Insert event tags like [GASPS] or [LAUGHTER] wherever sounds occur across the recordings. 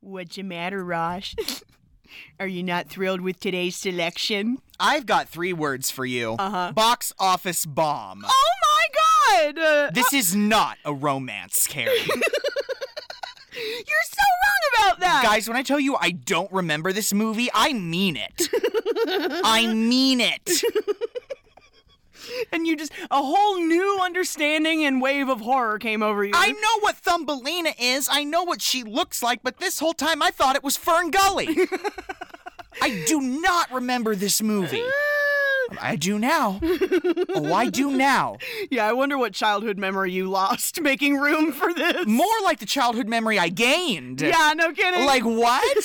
What's the matter, Rosh? [LAUGHS] Are you not thrilled with today's selection? I've got three words for you. Uh-huh. Box office bomb. Oh my god! Uh, This is not a [LAUGHS] romance, Karen. you're so wrong about that! Guys, when I tell you I don't remember this movie, I mean [LAUGHS] it. I mean it. and you just, a whole new understanding and wave of horror came over you. I know what Thumbelina is. I know what she looks like, but this whole time I thought it was Fern [LAUGHS] Gully. I do not remember this movie. I do [LAUGHS] now. Oh, I do now. Yeah, I wonder what childhood memory you lost [LAUGHS] making room for this. More like the childhood memory I gained. [LAUGHS] Yeah, no [LAUGHS] kidding. Like what?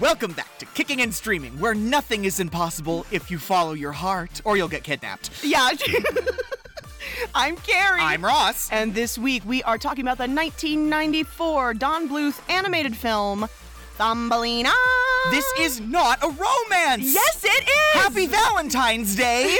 Welcome back to Kicking and Streaming, where nothing is impossible if you follow your heart, or you'll get kidnapped. yeah. [LAUGHS] I'm Carrie. I'm Ross. And this week we are talking about the 1994 Don Bluth animated film Thumbelina. This is not a romance. Yes, it is. Happy Valentine's [LAUGHS] Day.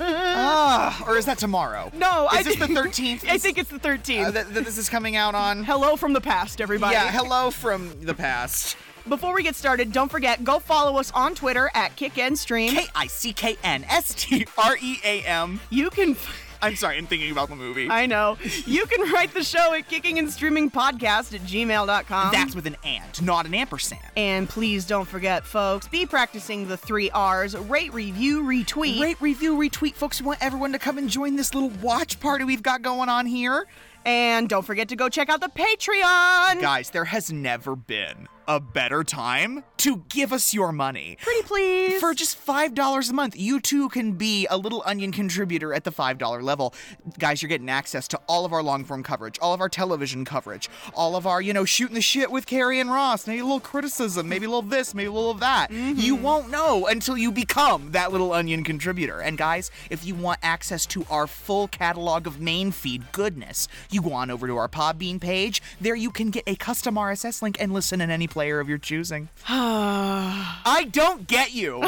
Ah, or is that tomorrow? No, is I this the think- 13th? I think it's the 13th. Uh, th- th- this is coming out on. Hello from the past, everybody. Yeah, hello from the past. Before we get started, don't forget go follow us on Twitter at Kick and Stream. K I C K N S T R E A M. you can. [LAUGHS] I'm sorry, I'm thinking about the movie. I know. You can write the show at kicking and streaming podcast at gmail.com. That's with an and, not an ampersand. and please don't forget, folks, be practicing the three R's rate, review, retweet. Rate, review, retweet, folks. We want everyone to come and join this little watch party we've got going on here. And don't forget to go check out the Patreon. Guys, there has never been a better time to give us your money. Pretty please. For just $5 a month, you too can be a little onion contributor at the $5 level. Guys, you're getting access to all of our long form coverage, all of our television coverage, all of our, you know, shooting the shit with Carrie and Ross, maybe a little criticism, maybe a little this, maybe a little of that. You won't know until you become that little onion contributor. And guys, if you want access to our full catalog of main feed goodness, you go on over to our Podbean page. There you can get a custom RSS link and listen in any player of your choosing. I don't get [LAUGHS] you.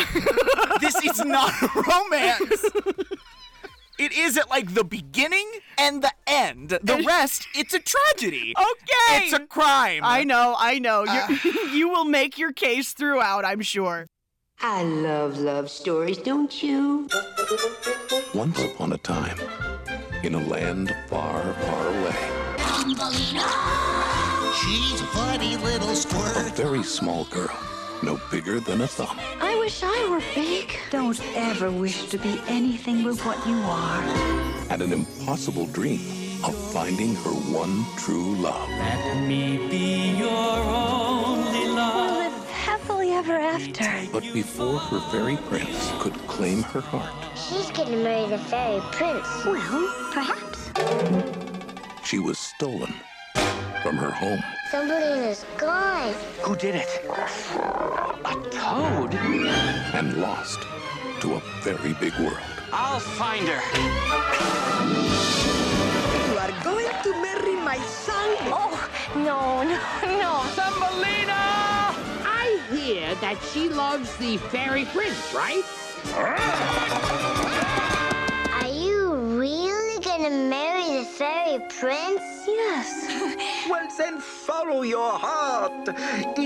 this is not a romance. It is at like the beginning and the end. The rest, it's a tragedy. okay. It's a crime. I know, I know. Uh. You're [LAUGHS] you will make your case throughout, I'm sure. I love love stories, don't you? Once upon a time, in a land far, far away, She's a funny little a squirt. very small girl, no bigger than a thumb, I wish I were big. Don't ever wish to be anything but what you are. had an impossible dream of finding her one true love. We'll live happily ever after. But before her fairy prince could claim her heart, She's getting married to Fairy Prince. Well, perhaps. she was stolen from her home. Somebody is gone. Who did it? A toad? and lost to a very big world. I'll find her. You are going to marry my son? Oh, no, no, no. I hear that she loves the fairy prince, right? Are you really gonna marry the Fairy Prince? Yes. Well, then follow your heart.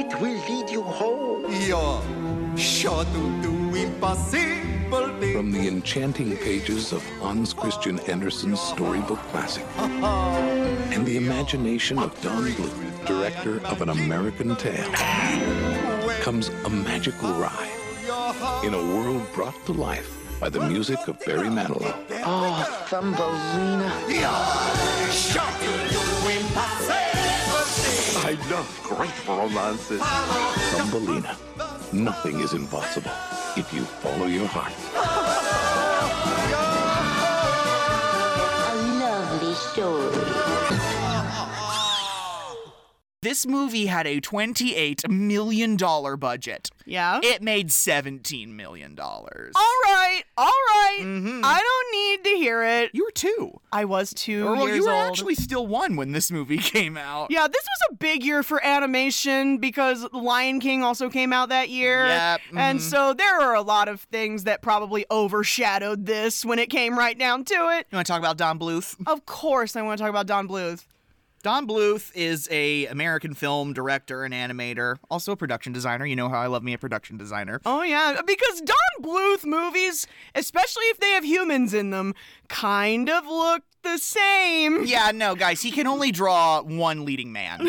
It will lead you home. From the enchanting pages of Hans Christian Andersen's storybook classic and the imagination of Don Bluth, director of An American Tale, comes a magical ride in a world brought to life by the music of Barry Manilow Thumbelina. I love great romances. Thumbelina. Nothing is impossible if you follow your heart. A lovely story. This movie had a $28 million budget. Yeah. It made $17 million. Oh. all right, all right. Mm-hmm. I don't need to hear it. You were two. I was two Or, well, years you were old. actually still one when this movie [LAUGHS] came out. Yeah, this was a big year for animation because Lion King also came out that year. Yep, And mhm. so there are a lot of things that probably overshadowed this when it came right down to it. You want to talk about Don Bluth? Of course, I want to talk about Don Bluth. Don Bluth is a American film director and animator, also a production designer. You know how I love me a production designer. Oh, yeah, because Don Bluth movies, especially if they have humans in them, kind of look the same. Yeah, no, guys, he can only draw one leading [LAUGHS] man.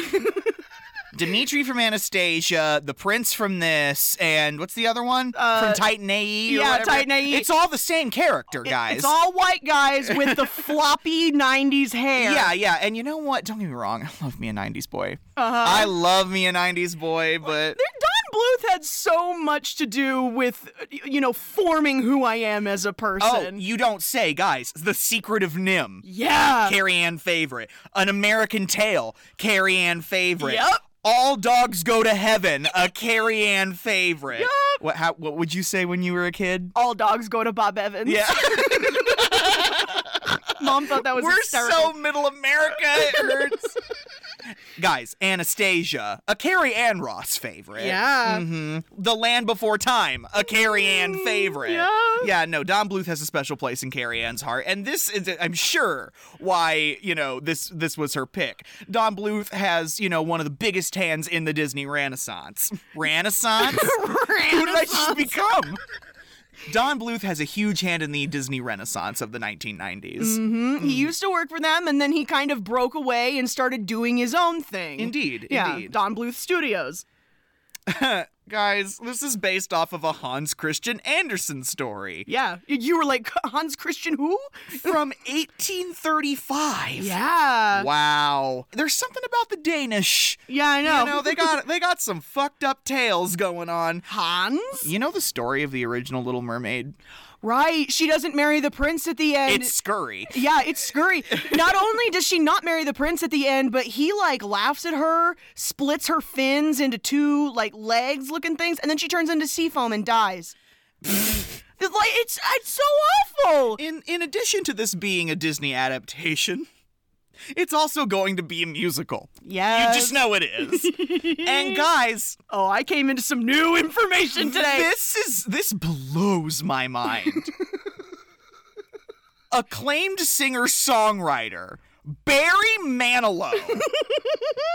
Dimitri from Anastasia, the prince from this, and what's the other one? from Titan AE? or Uh, yeah, whatever. Titan AE. It's all the same character, guys. It's all white guys with [LAUGHS] the floppy 90s hair. Yeah, yeah. And you know what? Don't get me wrong. I love me a 90s boy. Uh-huh. I love me a 90s boy, There- but. Don Bluth had so much to do with, you know, forming who I am as a Oh, person. you don't say, guys. The Secret of Nim. yeah. [LAUGHS] Carrie Ann favorite. An American Tale, Carrie Ann favorite. Yep. All dogs go to heaven, a Carrie Ann favorite. Yep. What how, what would you say when you were [LAUGHS] a kid? All dogs go to Bob Evans. [LAUGHS] Yeah. Mom thought that was We're hysterical. so middle America, it [LAUGHS] hurts. Guys, Anastasia, a Carrie Ann Ross favorite. Yeah. hmm The Land Before Time, a Carrie Ann favorite. yeah. Yeah, no, Don Bluth has a special place in Carrie Ann's heart, and this is, I'm sure, why you know this this was her pick. Don Bluth has you know one of the biggest hands in the Disney Renaissance. Renaissance. Who did I just become? Don Bluth has a huge hand in the Disney Renaissance of the 1990s. Mhm. He used to work for them and then he kind of broke away and started doing his own thing. Indeed, Yeah. indeed. Don Bluth Studios. Guys, this is based off of a Hans Christian Andersen story Yeah. Y- You were like [LAUGHS] Hans Christian who? from 1835. Yeah. Wow. There's something about the Danish. Yeah, I know. You know, they got they got some fucked up tales going on. Hans? You know the story of the original Little Mermaid? [LAUGHS] Right. She doesn't marry the prince at the end. It's scurry. Yeah, it's scurry. Not only does she not marry the prince at the end, but he like laughs at her, splits her fins into two like legs looking things, and then she turns into sea foam and dies. [LAUGHS] it's like it's uh, it's so awful. In in addition to this being a Disney adaptation, it's also going to be a musical. Yeah. Just know it [LAUGHS] is. and guys, Oh, I came into some new information today. This is this blows [LAUGHS] my mind. Acclaimed singer songwriter Barry [LAUGHS] Manilow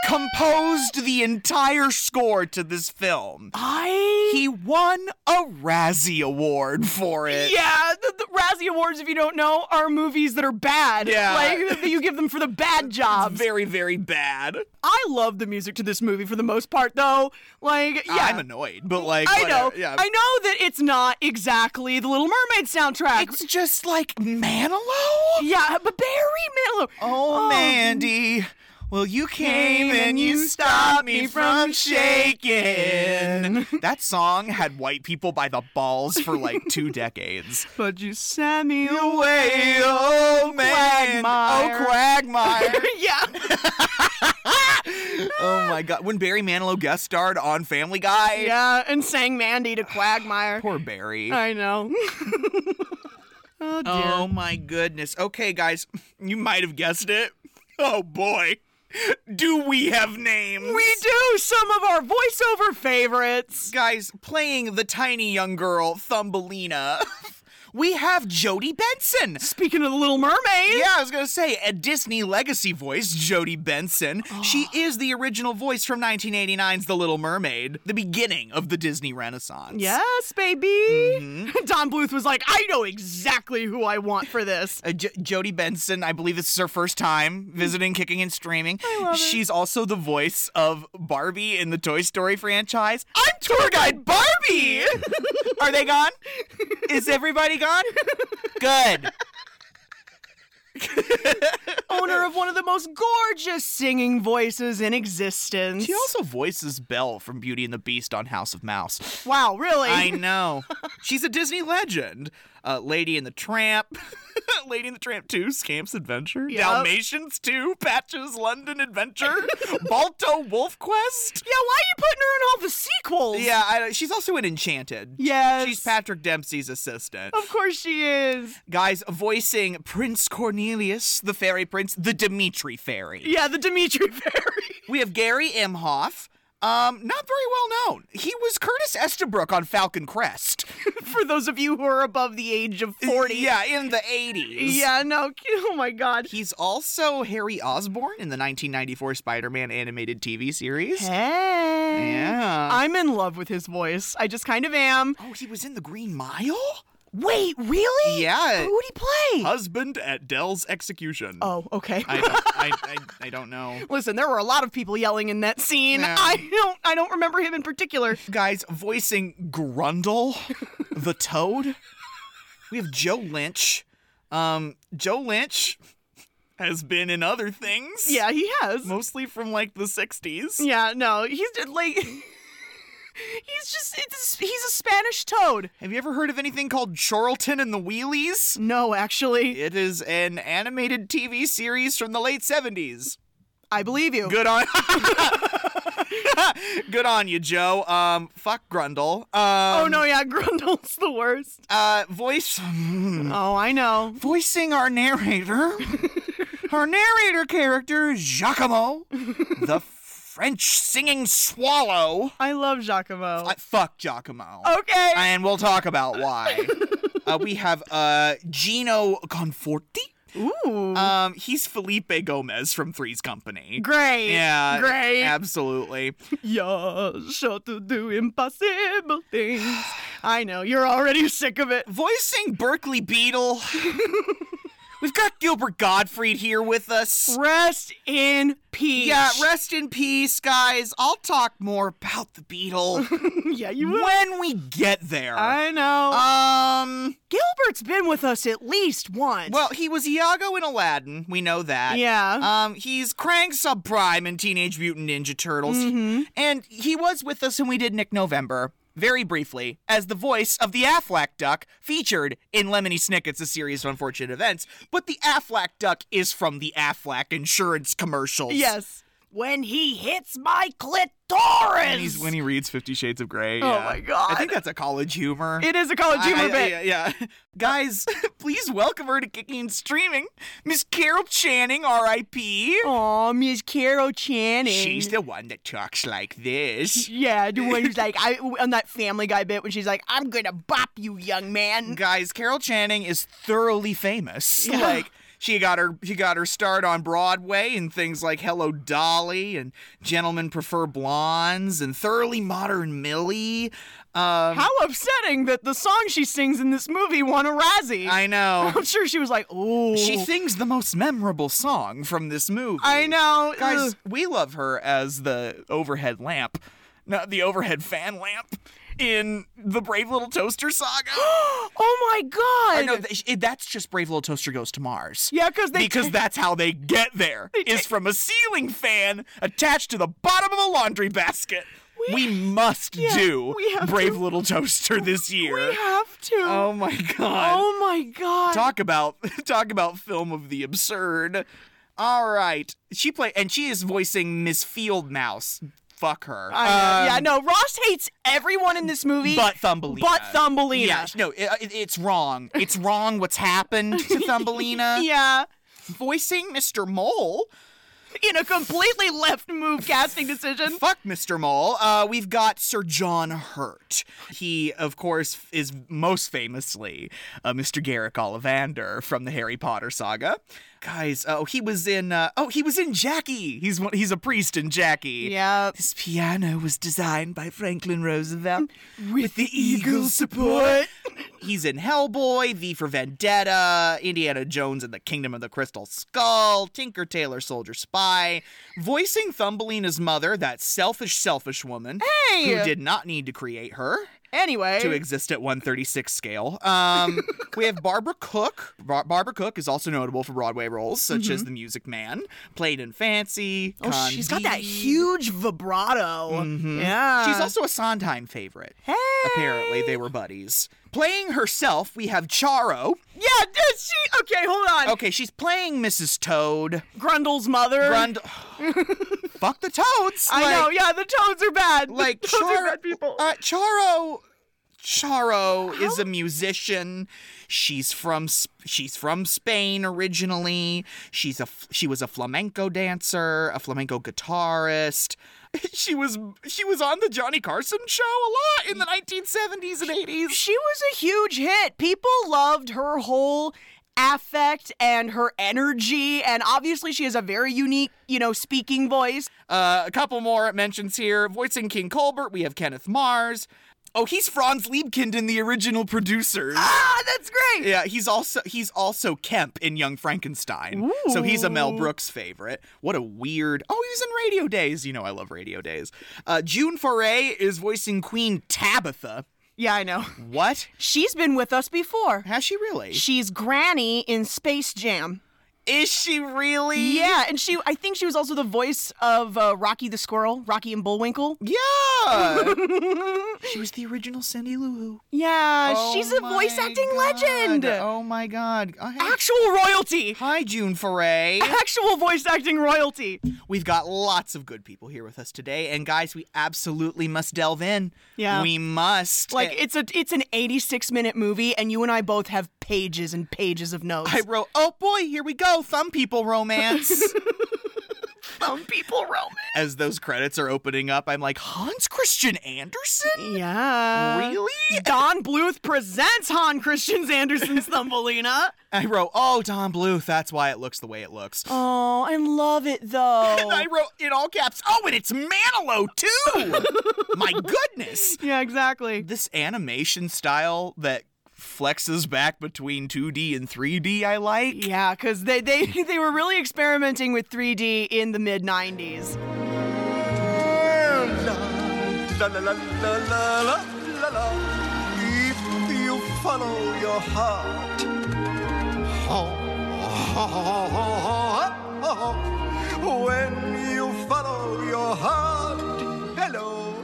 composed the entire score to this film. I He won a Razzie Award for it. yeah, the, the Razzie Awards, if you don't know, are movies that are bad. Yeah. like [LAUGHS] that you give them for the bad jobs. Uh, Very, very bad. I love the music to this movie for the most part, though. Like, yeah, I'm annoyed, but like, I know. whatever. Yeah. I know that it's not exactly the Little Mermaid soundtrack. It's just like Manilow. yeah, but Barry Manilow. Oh, Mandy. Well, you came and you stopped me from shaking. [LAUGHS] That song had white people by the balls for [LAUGHS] like two decades. But you sent me Way, oh man, Quagmire. oh Quagmire. [LAUGHS] yeah. [LAUGHS] oh my God! When Barry Manilow guest starred on Family Guy, Yeah, and sang Mandy to Quagmire. poor Barry. I know. [LAUGHS] oh, dear. Oh my goodness. Okay, guys, [LAUGHS] you might have guessed it. Oh boy, do we have names? We do some of our voiceover favorites. guys playing the tiny young girl Thumbelina. [LAUGHS] we have Jodie Benson. Speaking of the Little Mermaid. Yeah, I was gonna say a Disney legacy voice, Jodie Benson. She is the original voice from 1989's The Little Mermaid, the beginning of the Disney Renaissance. Yes, baby. [LAUGHS] Don Bluth was like, I know exactly who I want for this. Uh, J- Jodie Benson, I believe this is her first time visiting, kicking, and streaming. I love She's also the voice of Barbie in the Toy Story franchise. I'm tour guide Barbie. Are they [LAUGHS] gone? Is everybody gone? Good. owner of one of the most gorgeous singing voices in existence. She also voices Belle from Beauty and the Beast on House of Mouse. wow, really? I know. She's a Disney legend. uh, Lady and the Tramp, [LAUGHS] Lady and the Tramp 2, Scamp's Adventure, Yep. Dalmatians 2, Patches London Adventure, Balto Wolf Quest. Yeah, why are you putting her in all the sequels? Yeah, I, she's also in Enchanted. Yes. She's Patrick Dempsey's assistant. Of course she is. Guys, voicing Prince Cornelius, the fairy prince, the Dimitri fairy. Yeah, the Dimitri Fairy. We have Gary Imhoff. Um, not very well known. He was Curtis Estabrook on Falcon [LAUGHS] Crest. [LAUGHS] For those of you who are above the age of 40. Yeah, in the 80s. Yeah, no. [LAUGHS] Oh my god. He's also Harry Osborn in the 1994 Spider-Man animated TV series. Hey. Yeah. I'm in love with his voice. I just kind of am. Uh, oh, he was in The Green Mile? Wait, really? Yeah. Who'd he play? Husband at Dell's execution. oh, okay. I, don't, I, I, I don't know. Listen, there were a lot of people yelling in that scene. Yeah. I don't I don't remember him in [LAUGHS] particular. Guys, voicing Grundle, the Toad. We have Joe Lynch. Um, Joe Lynch has been in other things. Yeah, he has. mostly from like the 60s. Yeah, no. He's just like [LAUGHS] He's just it's, he's a Spanish toad. Have you ever heard of anything called Charlton and the Wheelies? No, actually. It is an animated TV series from the late 70s. I believe you. Good on [LAUGHS] Good on you, Joe. Um fuck Grundle. Um, Oh no, yeah, [LAUGHS] Grundle's the worst. Uh voice Hmm. Oh, I know. voicing our [LAUGHS] narrator. our narrator character is Giacomo, the French singing swallow. I love Giacomo. I, fuck Giacomo. okay. and we'll talk [LAUGHS] about why. uh, we have uh, Gino Conforti. Ooh. Um, he's Felipe Gomez from Three's Company. great. Yeah, Great. absolutely. You're sure to do impossible [SIGHS] things. I know, you're already sick of it. Voicing [LAUGHS] Berkeley Beetle. We've got Gilbert Gottfried here with us. Rest in peace. Yeah, rest in peace, guys. I'll talk more about [LAUGHS] the Beetle yeah, you will. when we get there. I know. Um, Gilbert's been with us at least once. well, he was Iago in Aladdin. We know that. yeah. Um, he's Krang Subprime in Teenage Mutant Ninja Turtles, Mm-hmm. and he was with us when we did Nick November. Very briefly, as the voice of the Aflac Duck featured in Lemony Snicket's A Series of Unfortunate Events, but the Aflac Duck is from the Aflac insurance commercials. yes. When he hits my clitoris. When, he's, when he reads Fifty Shades of Grey. Oh yeah. my God. I think that's a college humor. it is a college I- humor I- bit. Yeah, yeah. [LAUGHS] Guys, please welcome her to Kicking and Streaming, Miss Carol Channing, R.I.P. Aw, Miss Carol Channing. She's the one that talks like this. Yeah, the one who's like, [LAUGHS] I, on that Family Guy bit when she's like, I'm gonna bop you, young man. Guys, Carol Channing is thoroughly famous. Yeah. Like she got her she got her start on Broadway in things like Hello Dolly and Gentlemen Prefer Blondes and Thoroughly Modern Millie. Um, How upsetting that the song she sings in this movie won a Razzie. [LAUGHS] I know. I'm sure she was like, ooh. she sings the most memorable song from this movie. I know. Guys, Ugh. we love her as the overhead lamp, not the overhead fan lamp in the Brave Little [GASPS] Toaster saga. Oh my Or god. no, th- it- that's just Brave Little Toaster Goes to Mars. yeah, cause they because that's how they get there is from a ceiling fan attached to the bottom of a laundry basket. We, must yeah, do we have Brave to. Little Toaster this [LAUGHS] year. we have to. oh my god. Oh my god. Talk about [LAUGHS] talk about film of the absurd. All right. She play and she is voicing Miss Field Mouse. Fuck her. I know. Um, yeah, no. Ross hates everyone in this movie. But Thumbelina. But Thumbelina. Yeah, no, it, it- it's wrong. It's wrong what's [LAUGHS] happened to Thumbelina. Yeah. Voicing Mr. Mole, In a completely left move casting decision. Fuck Mr. Mole. Uh, we've got Sir John Hurt. He, of course, is most famously uh, Mr. Garrick Ollivander from the Harry Potter saga. Guys, oh, he was in. Uh, oh, he was in Jackie. He's one, he's a priest in Jackie. Yeah. This piano was designed by Franklin Roosevelt with the eagle support. He's in Hellboy, V for Vendetta, Indiana Jones and the Kingdom of the Crystal Skull, Tinker Tailor Soldier Spy, voicing Thumbelina's mother, that selfish, selfish woman Hey. who did not need to create her Anyway. to exist at 136 scale. [LAUGHS] Um, we have Barbara Cook. Bar- Barbara Cook is also notable for Broadway roles such as The Music Man, Played in Fancy. Mm-hmm. oh, Con she's got that Vive. huge vibrato. Yeah. Eh. She's also a Sondheim favorite. Hey. Apparently, they were buddies. Playing herself, we have Charo. Yeah, did she? Okay, hold on. [LAUGHS] Okay, she's playing Mrs. Toad. Grundle's mother. [LAUGHS] Grund. Fuck the toads. I like- know. Yeah, the toads are bad. [LAUGHS] Like the toads are Charo, bad people. uh, Charo, Charo is a musician. She's from Sp- she's from Spain originally. She's a f- she was a flamenco dancer, a flamenco guitarist. [LAUGHS] She was she was on the Johnny Carson show a lot in the 1970s and 80s. she was a huge hit. People loved her whole affect and her energy and obviously she has a very unique, you know, speaking voice. Uh, a couple more mentions here. Voicing King Colbert, we have Kenneth Mars. Oh, he's Franz Liebkind in the original producers. Ah, that's great. Yeah, he's also he's also Kemp in Young Frankenstein. So he's a Mel Brooks favorite. What a weird. Oh, he was in Radio Days. You know I love Radio Days. Uh, June Foray is voicing Queen Tabitha. Yeah, I know. What? She's been with us before. Has she really? She's Granny in Space Jam. Is she really? Yeah, and she I think she was also the voice of uh, Rocky the Squirrel, Rocky and Bullwinkle. [LAUGHS] Yeah. she was the original Cindy Lou Who. Yeah, Oh she's a voice my acting God. legend. Oh my god. Oh, hey. Actual royalty. Hi, June Foray. Actual voice acting royalty. We've got lots of good people here with us today, and guys, we absolutely must delve in. Yeah. we must. Eh, Like And it's a it's an 86 minute movie, and you and I both have pages and pages of notes. I wrote, "Oh boy, here we go, thumb [LAUGHS] people romance." Some people romance. As those credits are opening up, I'm like, Hans Christian Andersen, Yeah. really? Don Bluth presents Han Christian [LAUGHS] Andersen's Thumbelina. I wrote, "Oh, Don Bluth, that's why it looks the way it looks." Oh, I love it though. [LAUGHS] And I wrote in all caps, "Oh, and it's Manilow [LAUGHS] too." My goodness. yeah, exactly. this animation style that flexes back between 2D and 3D I like. Yeah, because they, they, [LAUGHS] they were really experimenting with 3D in the mid 90s. La la la la la la la la. If you follow your heart, when you follow your heart, hello,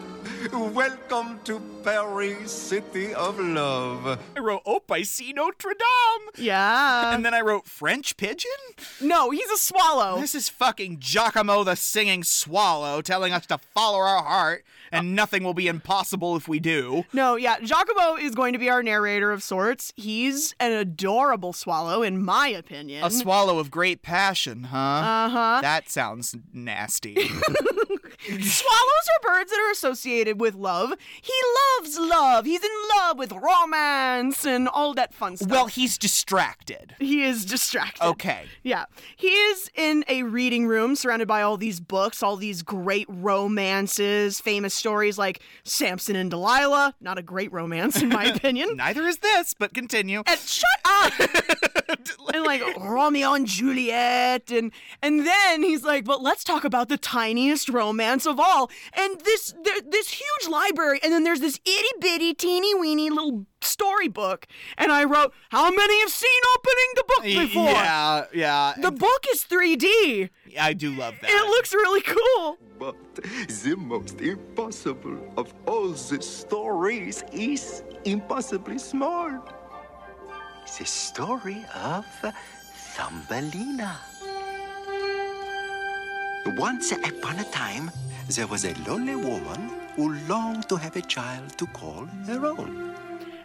welcome to Paris, city of love. I wrote, "Oh, I see Notre Dame." Yeah. And then I wrote French pigeon? [LAUGHS] no, he's a swallow. This is fucking Giacomo the singing swallow telling us to follow our heart and nothing will be impossible if we do. No, yeah, Giacomo is going to be our narrator of sorts. He's an adorable swallow, in my opinion. [LAUGHS] A swallow of great passion, huh? Uh-huh. That sounds [LAUGHS] nasty. Swallows are birds that are associated with love. He loves love. He's in love with romance and all that fun stuff. well, he's distracted. he is distracted. Okay. Yeah. He is in a reading room surrounded by all these books, all these great romances, famous stories like Samson and Delilah. Not a great romance, in [LAUGHS] my opinion. Neither is this, but continue. And shut up! and like Romeo and Juliet, and and then he's like, but let's talk about the tiniest romance of all, and this there, this huge library, and then there's this itty bitty teeny weeny little storybook, and I wrote, how many have seen opening the book before? Yeah, yeah. The book is 3D. I do love that. It looks really cool. But the most impossible of all the stories is impossibly small. The story of Thumbelina. Once upon a time, there was a lonely woman who longed to have a child to call her own.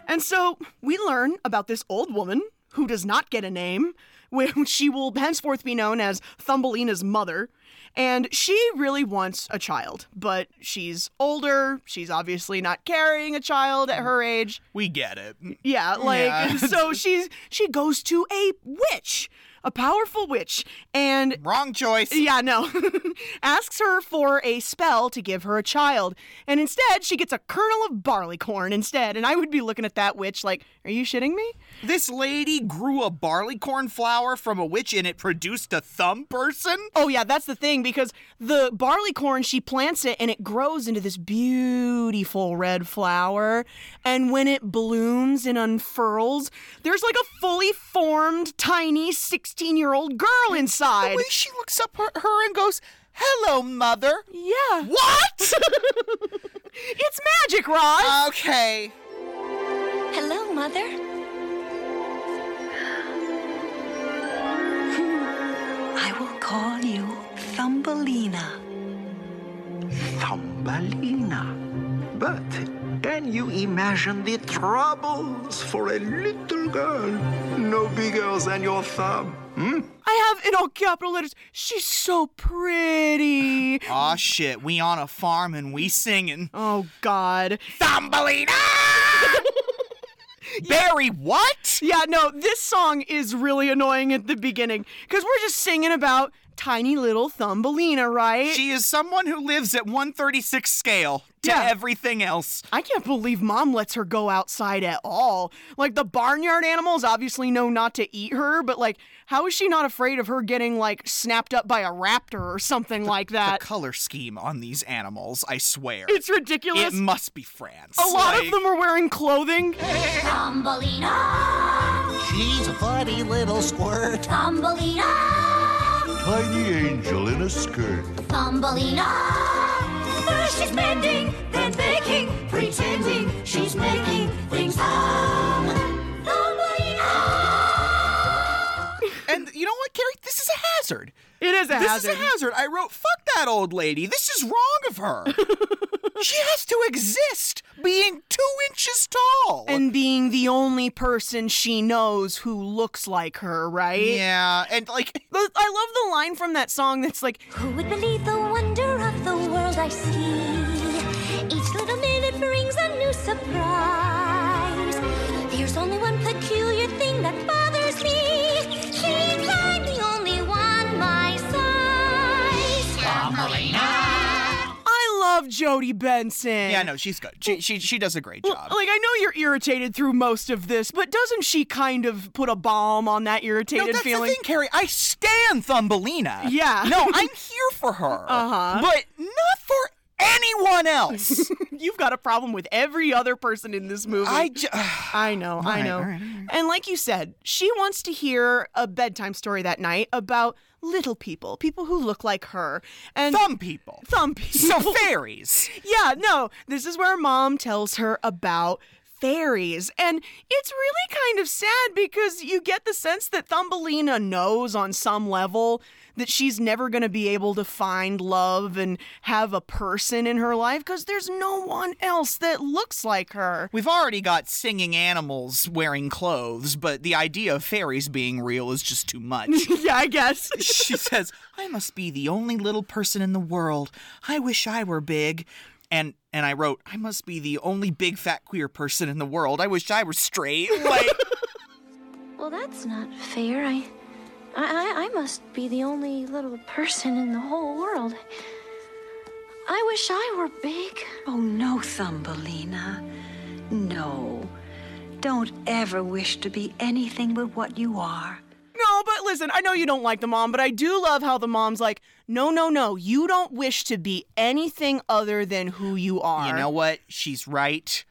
And so we learn about this old woman who does not get a name, [LAUGHS] when she will henceforth be known as Thumbelina's mother. And she really wants a child, but she's older. She's obviously not carrying a child at her age. we get it. Yeah, like [LAUGHS] Yeah. so she's she goes to a witch, a powerful witch, and Wrong choice. Yeah, no. [LAUGHS] Asks her for a spell to give her a child. And instead, she gets a kernel of barleycorn instead. And I would be looking at that witch like, are you shitting me? This lady grew a barleycorn flower from a witch and it produced a thumb person? Oh, yeah, that's the thing because the barleycorn, she plants it and it grows into this beautiful red flower. And when it blooms and unfurls, there's like a fully formed, tiny 16 year old girl The inside. way Oh, she looks up her, her and goes, Hello, mother. Yeah. What? Uh, It's magic, Rod. okay. Hello, Mother. I will call you Thumbelina. Thumbelina. But can you imagine the troubles for a little girl no bigger than your thumb? Hmm? I have in all capital letters. She's so pretty. Aw, shit. We on a farm and we singing. Oh God. [LAUGHS] Thumbelina! Barry, what? Yeah, no, this song is really annoying at the beginning because we're just singing about tiny little Thumbelina, right? She is someone who lives at 136 scale to Yeah. everything else. I can't believe mom lets her go outside at all. Like, the barnyard animals obviously know not to eat her, but like, how is she not afraid of her getting like snapped up by a raptor or something like that? The color scheme on these animals, I swear. it's ridiculous. it must be France. a lot Like, of them are wearing clothing. Thumbelina! She's a funny little squirt. Thumbelina! Tiny angel in a skirt. Thumbelina! First she's mending, then baking, pretending she's making things hum. And you know what, Carrie? This is a hazard. It is a this hazard. is a hazard. I wrote, fuck that old lady. This is wrong of her. [LAUGHS] she has to exist being two inches tall. and being the only person she knows who looks like her, right? yeah, and like, [LAUGHS] The- I love the line from that song that's like, Who would believe the wonder of the world I see? Each little minute brings a new surprise. There's only one peculiar thing that bothers me. She's like the only one my size. I love Jodie Benson. yeah, no, she's good. She, she, she does a great job. Like I know you're irritated through most of this, but doesn't she kind of put a balm on that irritated no, that's feeling? the thing, Carrie. I stand Thumbelina. Yeah. No, [LAUGHS] I'm here for her. Uh-huh. But not for [LAUGHS] anyone else. You've got a problem with every other person in this movie. I ju- I know, I right, know. all right, all right. And like you said, she wants to hear a bedtime story that night about little people, people who look like her, and thumb people. thumb people. So [LAUGHS] fairies. Yeah, no, this is where mom tells her about fairies. And it's really kind of sad because you get the sense that Thumbelina knows on some level that she's never going to be able to find love and have a person in her life because there's no one else that looks like her. [LAUGHS] We've already got singing animals wearing clothes, but the idea of fairies being real is just too much. yeah, I guess. [LAUGHS] she says, "I must be the only little person in the world. I wish I were big." And and I wrote, "I must be the only big fat queer person in the world. I wish I [LAUGHS] were straight." Like Well, that's not fair. I, I, I must be the only little person in the whole world. I wish I were big. Oh, no, Thumbelina. No. Don't ever wish to be anything but what you are. No, but listen, I know you don't like the mom, but I do love how the mom's like, no, no, no, you don't wish to be anything other than who you are. You know what? She's right,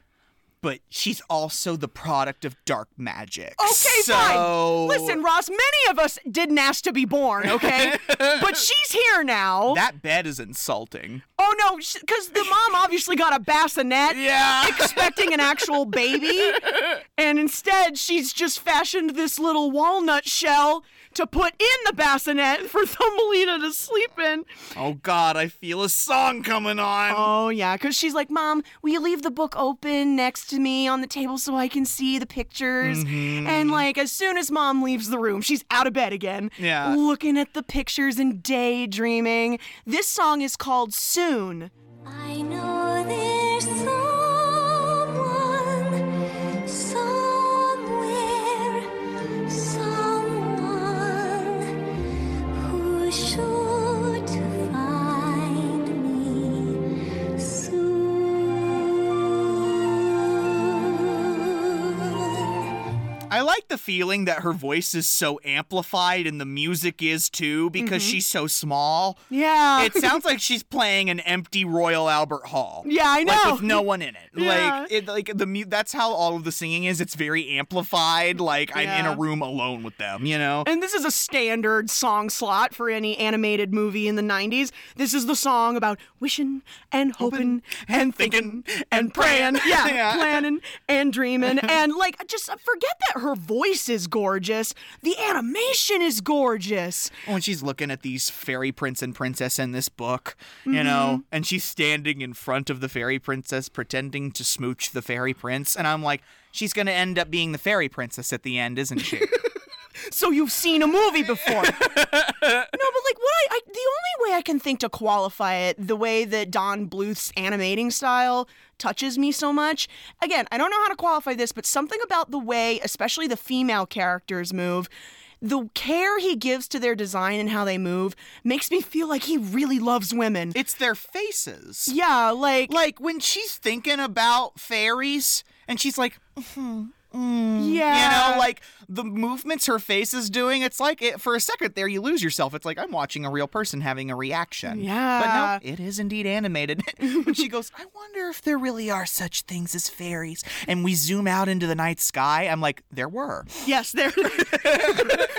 but she's also the product of dark magic. Okay, So- fine. Listen, Ross, many of us didn't ask to be born, [LAUGHS] okay? but she's here now. that bed is insulting. oh, no, because the mom obviously got a bassinet Yeah. expecting an actual baby. And instead, she's just fashioned this little walnut shell to put in the bassinet for [LAUGHS] Thumbelina to sleep in. [LAUGHS] oh God, I feel a song coming on. Oh, yeah, because she's like, Mom, will you leave the book open next to me on the table so I can see the pictures? And, like, as soon as Mom leaves the room, she's out of bed again. Yeah. Looking at the pictures and daydreaming. This song is called Soon. I know there's someone, somewhere, someone who's sure to find me soon. I like the feeling that her voice is so amplified and the music is too because Mhm. she's so small. Yeah. It sounds like she's playing an empty Royal Albert Hall. Yeah, I Like know. with no one in it. [LAUGHS] Yeah. Like it like the mu- that's how all of the singing is. It's very amplified like I'm in Yeah. a room alone with them, you know. [LAUGHS] And this is a standard song slot for any animated movie in the 90s. This is the song about wishing and hoping and thinking and praying. Yeah, Yeah. planning and dreaming. And like, just forget that her voice is gorgeous. The animation is gorgeous. when she's looking at these fairy prince and princess in this book, you Mm-hmm. know, and she's standing in front of the fairy princess pretending to smooch the fairy prince, and I'm like, she's gonna end up being the fairy princess at the end, [LAUGHS] isn't she? So you've seen a movie before. no, but like what I, I the only way I can think to qualify it, the way that Don Bluth's animating style touches me so much. Again, I don't know how to qualify this, but something about the way, especially the female characters move, the care he gives to their design and how they move makes me feel like he really loves women. It's their faces. Yeah, like like when she's thinking about fairies, and she's like, Mhm. You Yeah. know, like the movements her face is doing, it's like it, for a second there you lose yourself. It's like I'm watching a real person having a reaction. Yeah. But no, it is indeed animated. [LAUGHS] when she goes, I wonder if there really are such things as fairies. And we zoom out into the night sky, I'm like, there were. Yes, [LAUGHS] there.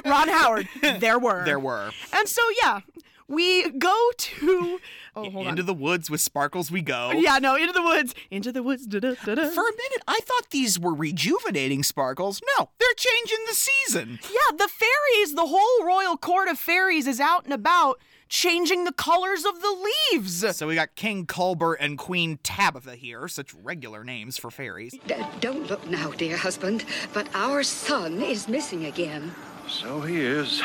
Ron Howard, there were. There were. And so yeah, we go to Oh, hold on. Into the woods with sparkles we go. Yeah, no, into the woods. Into the woods. Da, da, da, da. For a minute, I thought these were rejuvenating sparkles. No, they're changing the season. Yeah, the fairies, the whole royal court of fairies is out and about changing the colors of the leaves. So we got King Culbert and Queen Tabitha here, such regular names for fairies. Don't look now, dear husband, but our son is missing again. So he is.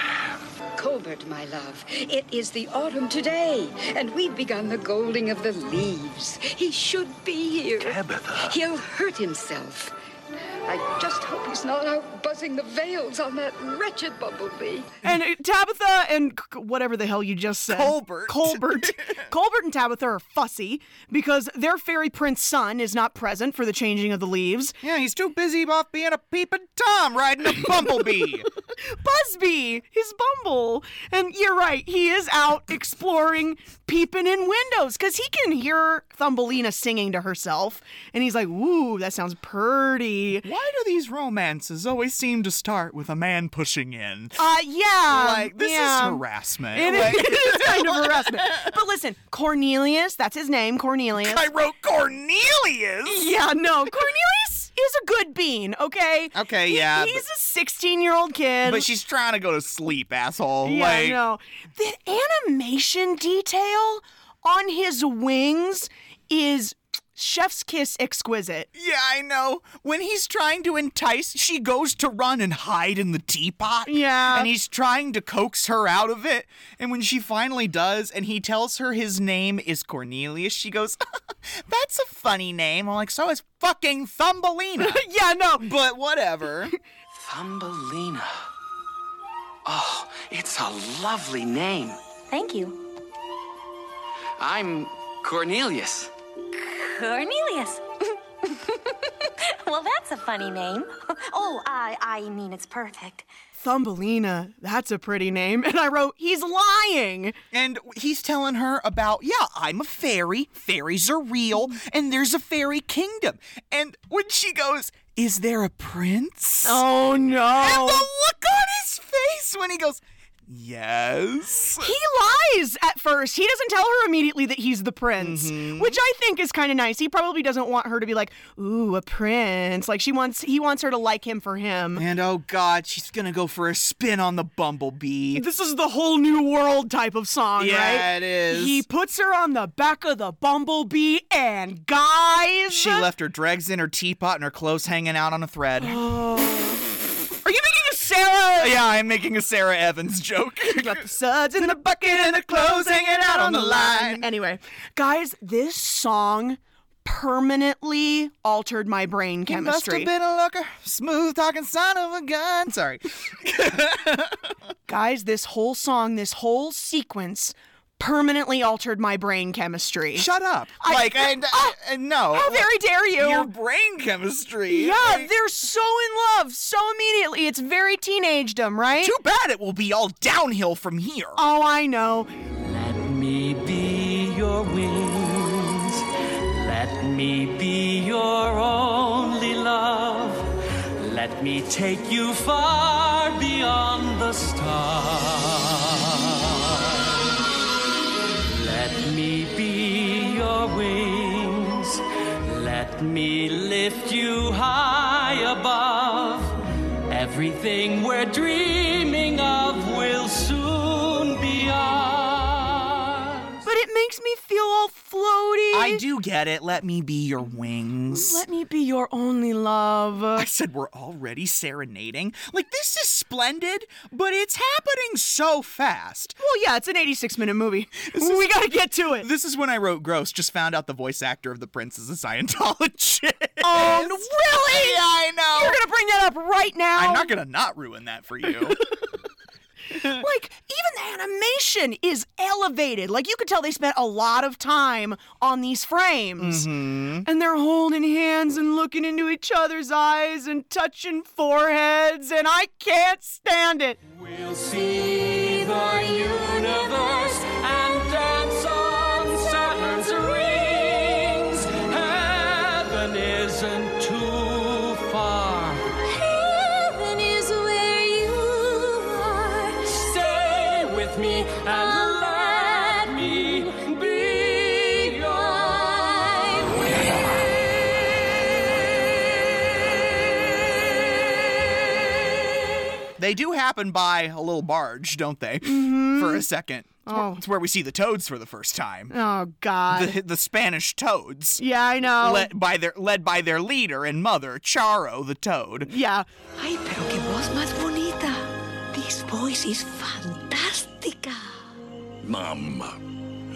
Colbert, my love, it is the autumn today, and we've begun the golding of the leaves. He should be here. Tabitha. He'll hurt himself. I just hope he's not out buzzing the veils on that wretched bumblebee. And uh, Tabitha and c- whatever the hell you just said. Colbert. [LAUGHS] Colbert. Colbert and Tabitha are fussy because their fairy prince son is not present for the changing of the leaves. Yeah, he's too busy about being a peeping Tom riding [LAUGHS] a bumblebee. Busby, his bumble. And you're right, he is out exploring, peeping in windows because he can hear Thumbelina singing to herself. And he's like, ooh, that sounds pretty. Why do these romances always seem to start with a man pushing in? Uh, yeah. Like, this yeah. is harassment. It is- [LAUGHS] Like- it is kind of [LAUGHS] harassment. But listen, Cornelius, that's his name, Cornelius. I wrote Cornelius. Yeah, no, Cornelius is a good bean, okay? Okay, He- yeah, He's but- a 16 year old kid. But she's trying to go to sleep, asshole. Yeah, like, I know. The animation detail on his wings is chef's kiss exquisite. Yeah, I know. When he's trying to entice, she goes to run and hide in the teapot. Yeah. And he's trying to coax her out of it. And when she finally does, and he tells her his name is Cornelius, she goes, [LAUGHS] That's a funny name. I'm like, So is [LAUGHS] fucking Thumbelina. yeah, no. But whatever. Thumbelina. Oh, it's a lovely name. Thank you. I'm Cornelius. Cornelius. [LAUGHS] well, that's a funny name. [LAUGHS] Oh, I, I mean, it's perfect. Thumbelina, that's a pretty name. And I wrote, he's lying. And he's telling her about, yeah, I'm a fairy. Fairies are real. And there's a fairy kingdom. And when she goes, Is there a prince? Oh, no. And the look on his face when he goes, Yes. He lies at first. He doesn't tell her immediately that he's the prince, which I think is kind of nice. He probably doesn't want her to be like, "Ooh, a prince." Like she wants he wants her to like him for him. And oh god, she's gonna go for a spin on the bumblebee. This is the whole new world type of song, Yeah, right? it is. He puts her on the back of the bumblebee and guys. She left her dregs in her teapot and her clothes hanging out on a [GASPS] thread. Are you making a Sarah? Yeah, I'm making a Sarah Evans joke. [LAUGHS] Got the suds in the bucket and the clothes hanging out on the line. Anyway, guys, this song permanently altered my brain You must chemistry. have been a looker, smooth talking son of a gun. Sorry. Guys, this whole song, this whole sequence permanently altered my brain chemistry. Shut up. I- [LAUGHS] like, and, uh, Ah! and no. How very dare you! Your brain chemistry. Yeah, Like, they're so in love, so immediately. It's very teenagedom, right? too bad it will be all downhill from here. Oh, I know. Let me be your wings. Let me be your only love. Let me take you far beyond the stars. Let me be your wings. Let me lift you high above. Everything we're dreaming of will soon be ours. But it makes me feel all floaty. I do get it. Let me be your wings. Let me be your only love. I said we're already serenading. Like this is splendid, but it's happening so fast. Well, yeah, it's an 86 minute movie. we gotta get to it. This is when I wrote gross. Just found out the voice actor of the prince is a Scientologist. [LAUGHS] [LAUGHS] Oh, no, really? I know. You're gonna bring that up right now. I'm not gonna not ruin that [LAUGHS] for you. like even the animation is elevated. Like you could tell they spent a lot of time on these frames. Mm-hmm. And they're holding hands and looking into each other's eyes and touching foreheads and I can't stand it. We'll see the universe and dance on Saturn's rings. Heaven isn't too far. Heaven is where you are. Stay with me and let me be your they do happen by a little barge, don't they? For a second. It's where- Mm-hmm. Oh. It's where we see the toads for the first time. Oh god. The, the Spanish toads. yeah, I know. Led by their led by their leader and mother, Charo the toad. yeah. Ay, pero que voz más bonita. This voice is fantástica. Mom,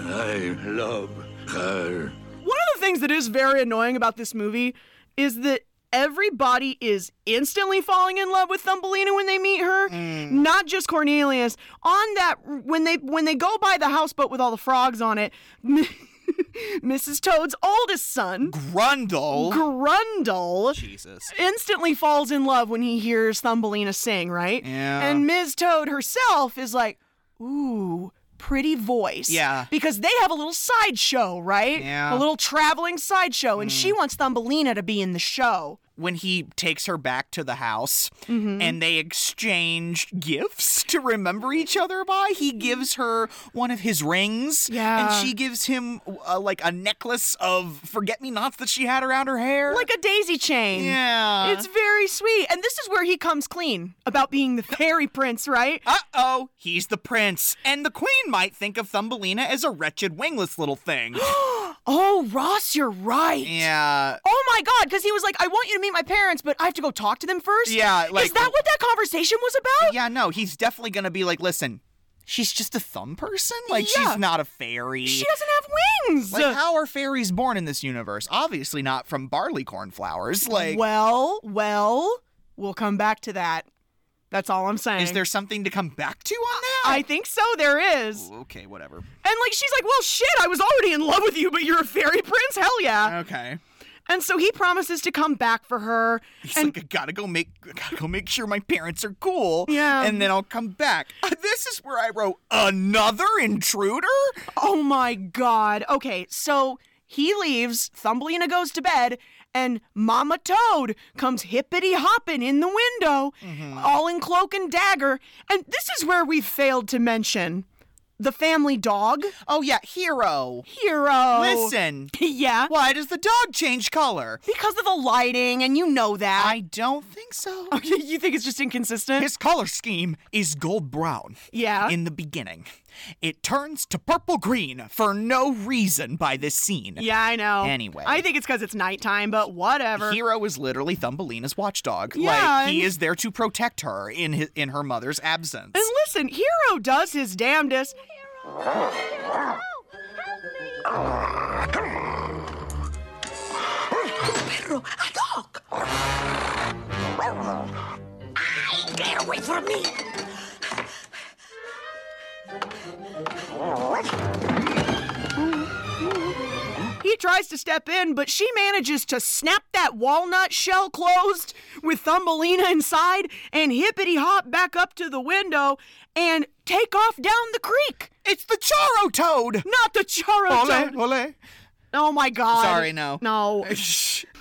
I love her. One of the things that is very annoying about this movie is that everybody is instantly falling in love with Thumbelina when they meet her, not just Cornelius. On that when they when they go by the houseboat with all the frogs on it, [LAUGHS] Mrs. Toad's oldest son, Grundle. Grundle, Jesus. instantly falls in love when he hears Thumbelina sing, right? Yeah. And Ms. Toad herself is like, ooh, pretty voice. Yeah. Because they have a little sideshow, right? Yeah. A Mm. little traveling sideshow, and she wants Thumbelina to be in the show. when he takes her back to the house Mm-hmm. and they exchange gifts to remember each other by, he gives her one of his rings. Yeah. And she gives him uh, like a necklace of forget me nots that she had around her hair. Like a daisy chain. Yeah. It's very sweet. And this is where he comes clean about being the fairy prince, right? uh oh, he's the prince. And the queen might think of Thumbelina as a wretched, wingless [GASPS] little thing. Oh, Ross, you're right. yeah. Oh my God, because he was like, I want you to meet my parents, but I have to go talk to them first? Yeah, like- Is that what that conversation was about? Yeah, no, he's definitely going to be like, listen, she's just a thumb person? Like, Yeah. she's not a fairy. She doesn't have wings. Like, how are fairies born in this universe? Obviously not from barleycorn flowers. Like, well, well, we'll come back to that. That's all I'm saying. is there something to come back to on I that? think so. There is. okay, whatever. And like, she's like, "Well, shit! I was already in love with you, but you're a fairy prince. Hell yeah!" Okay. And so he promises to come back for her. He's and like, I gotta go make, I gotta go make sure my parents are cool. Yeah. And then I'll come back. Uh, This is where I wrote another intruder. oh my god. Okay, so he leaves. Thumbelina goes to bed, and Mama Toad comes hippity hopping in the window, Mm-hmm. all in cloak and dagger. And this is where we failed to mention the family dog Oh yeah, hero. hero. Listen, [LAUGHS] Yeah. why does the dog change color? Because of the lighting, and you know that. I [LAUGHS] don't think so. Okay, you think it's just inconsistent? His color scheme is gold brown. yeah. in the beginning. It turns to purple green for no reason by this scene. [LAUGHS] yeah, I know. Anyway. I think it's because it's nighttime, but whatever. Hero is literally Thumbelina's watchdog. Yeah, like he and- is there to protect her in his, in her mother's absence. and listen, Hero does his damnedest. Pedro, a dog! Ay, Get away from me! He tries to step in, but she manages to snap that walnut shell closed with Thumbelina inside and hippity hop back up to the window and take off down the creek. It's the Charo Toad! Not the Charo Ole, Toad! ole. Oh my god. Sorry, no. No.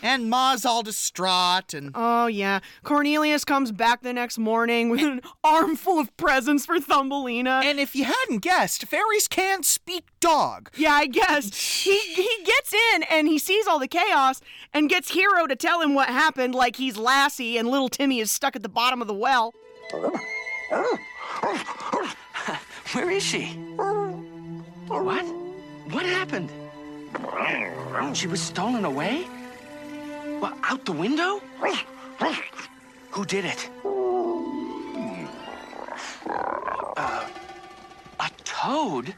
And Ma's all distraught and. Oh, yeah. Cornelius comes back the next morning with an [LAUGHS] armful of presents for Thumbelina. And if you hadn't guessed, fairies can speak dog. Yeah, I guess. He, he gets in and he sees all the chaos and gets Hero to tell him what happened, like he's Lassie and little Timmy is stuck at the bottom of the well. Where is she? What? What happened? She was stolen away? What, out the window? Who did it? Uh, a toad?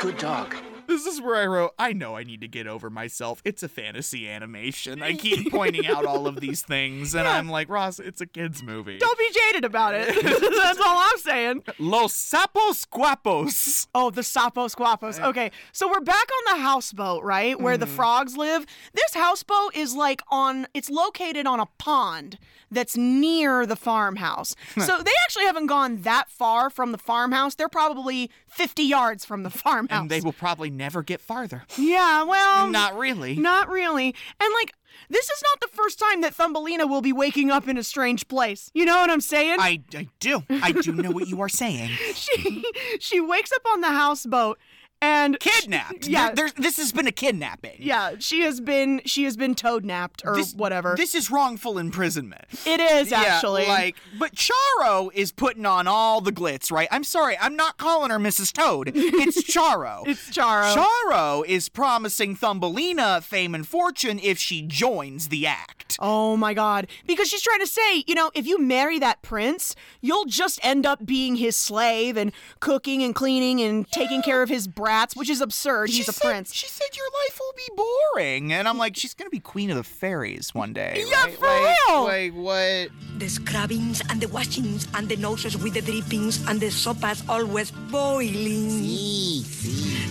Good dog. This is where I wrote, I know I need to get over myself. It's a fantasy animation. I [LAUGHS] keep pointing out all of these things, and I'm like, Ross, it's a kid's movie. Don't be jaded about it. [LAUGHS] That's all I'm saying. Los sapos guapos. Oh, the sapos guapos. Okay, so we're back on the houseboat, right, where the Mm-hmm. frogs live. This houseboat is like on. It's located on a pond that's near the [LAUGHS] farmhouse. so they actually haven't gone that far from the farmhouse. They're probably 50 yards from the farmhouse. And they will probably never get farther. [LAUGHS] Yeah, well, Not really. Not really. And like, this is not the first time that Thumbelina will be waking up in a strange place. You know what I'm saying? I, I do. I do know what you are saying. [LAUGHS] she she wakes up on the houseboat and Kidnapped. Yeah. There- there's- this has been a kidnapping. yeah, she has been she has been toad napped or This- whatever. This is wrongful imprisonment. it is Yeah, actually like, but Charo is putting on all the glitz, right? I'm sorry, I'm not calling her Mrs. Toad. [LAUGHS] It's Charo. it's Charo. Charo is promising Thumbelina fame and fortune if she joins the act. Oh my god. Because she's trying to say, you know, if you marry that prince, you'll just end up being his slave and cooking and cleaning and taking care of his brats, which is absurd. He's a said- prince. She said your life will be boring, and I'm like, she's gonna be queen of the fairies one day. Yeah, right? for Like- real. Like what? The scrubbings and the washings and the noses with the drippings and the sopas always boiling.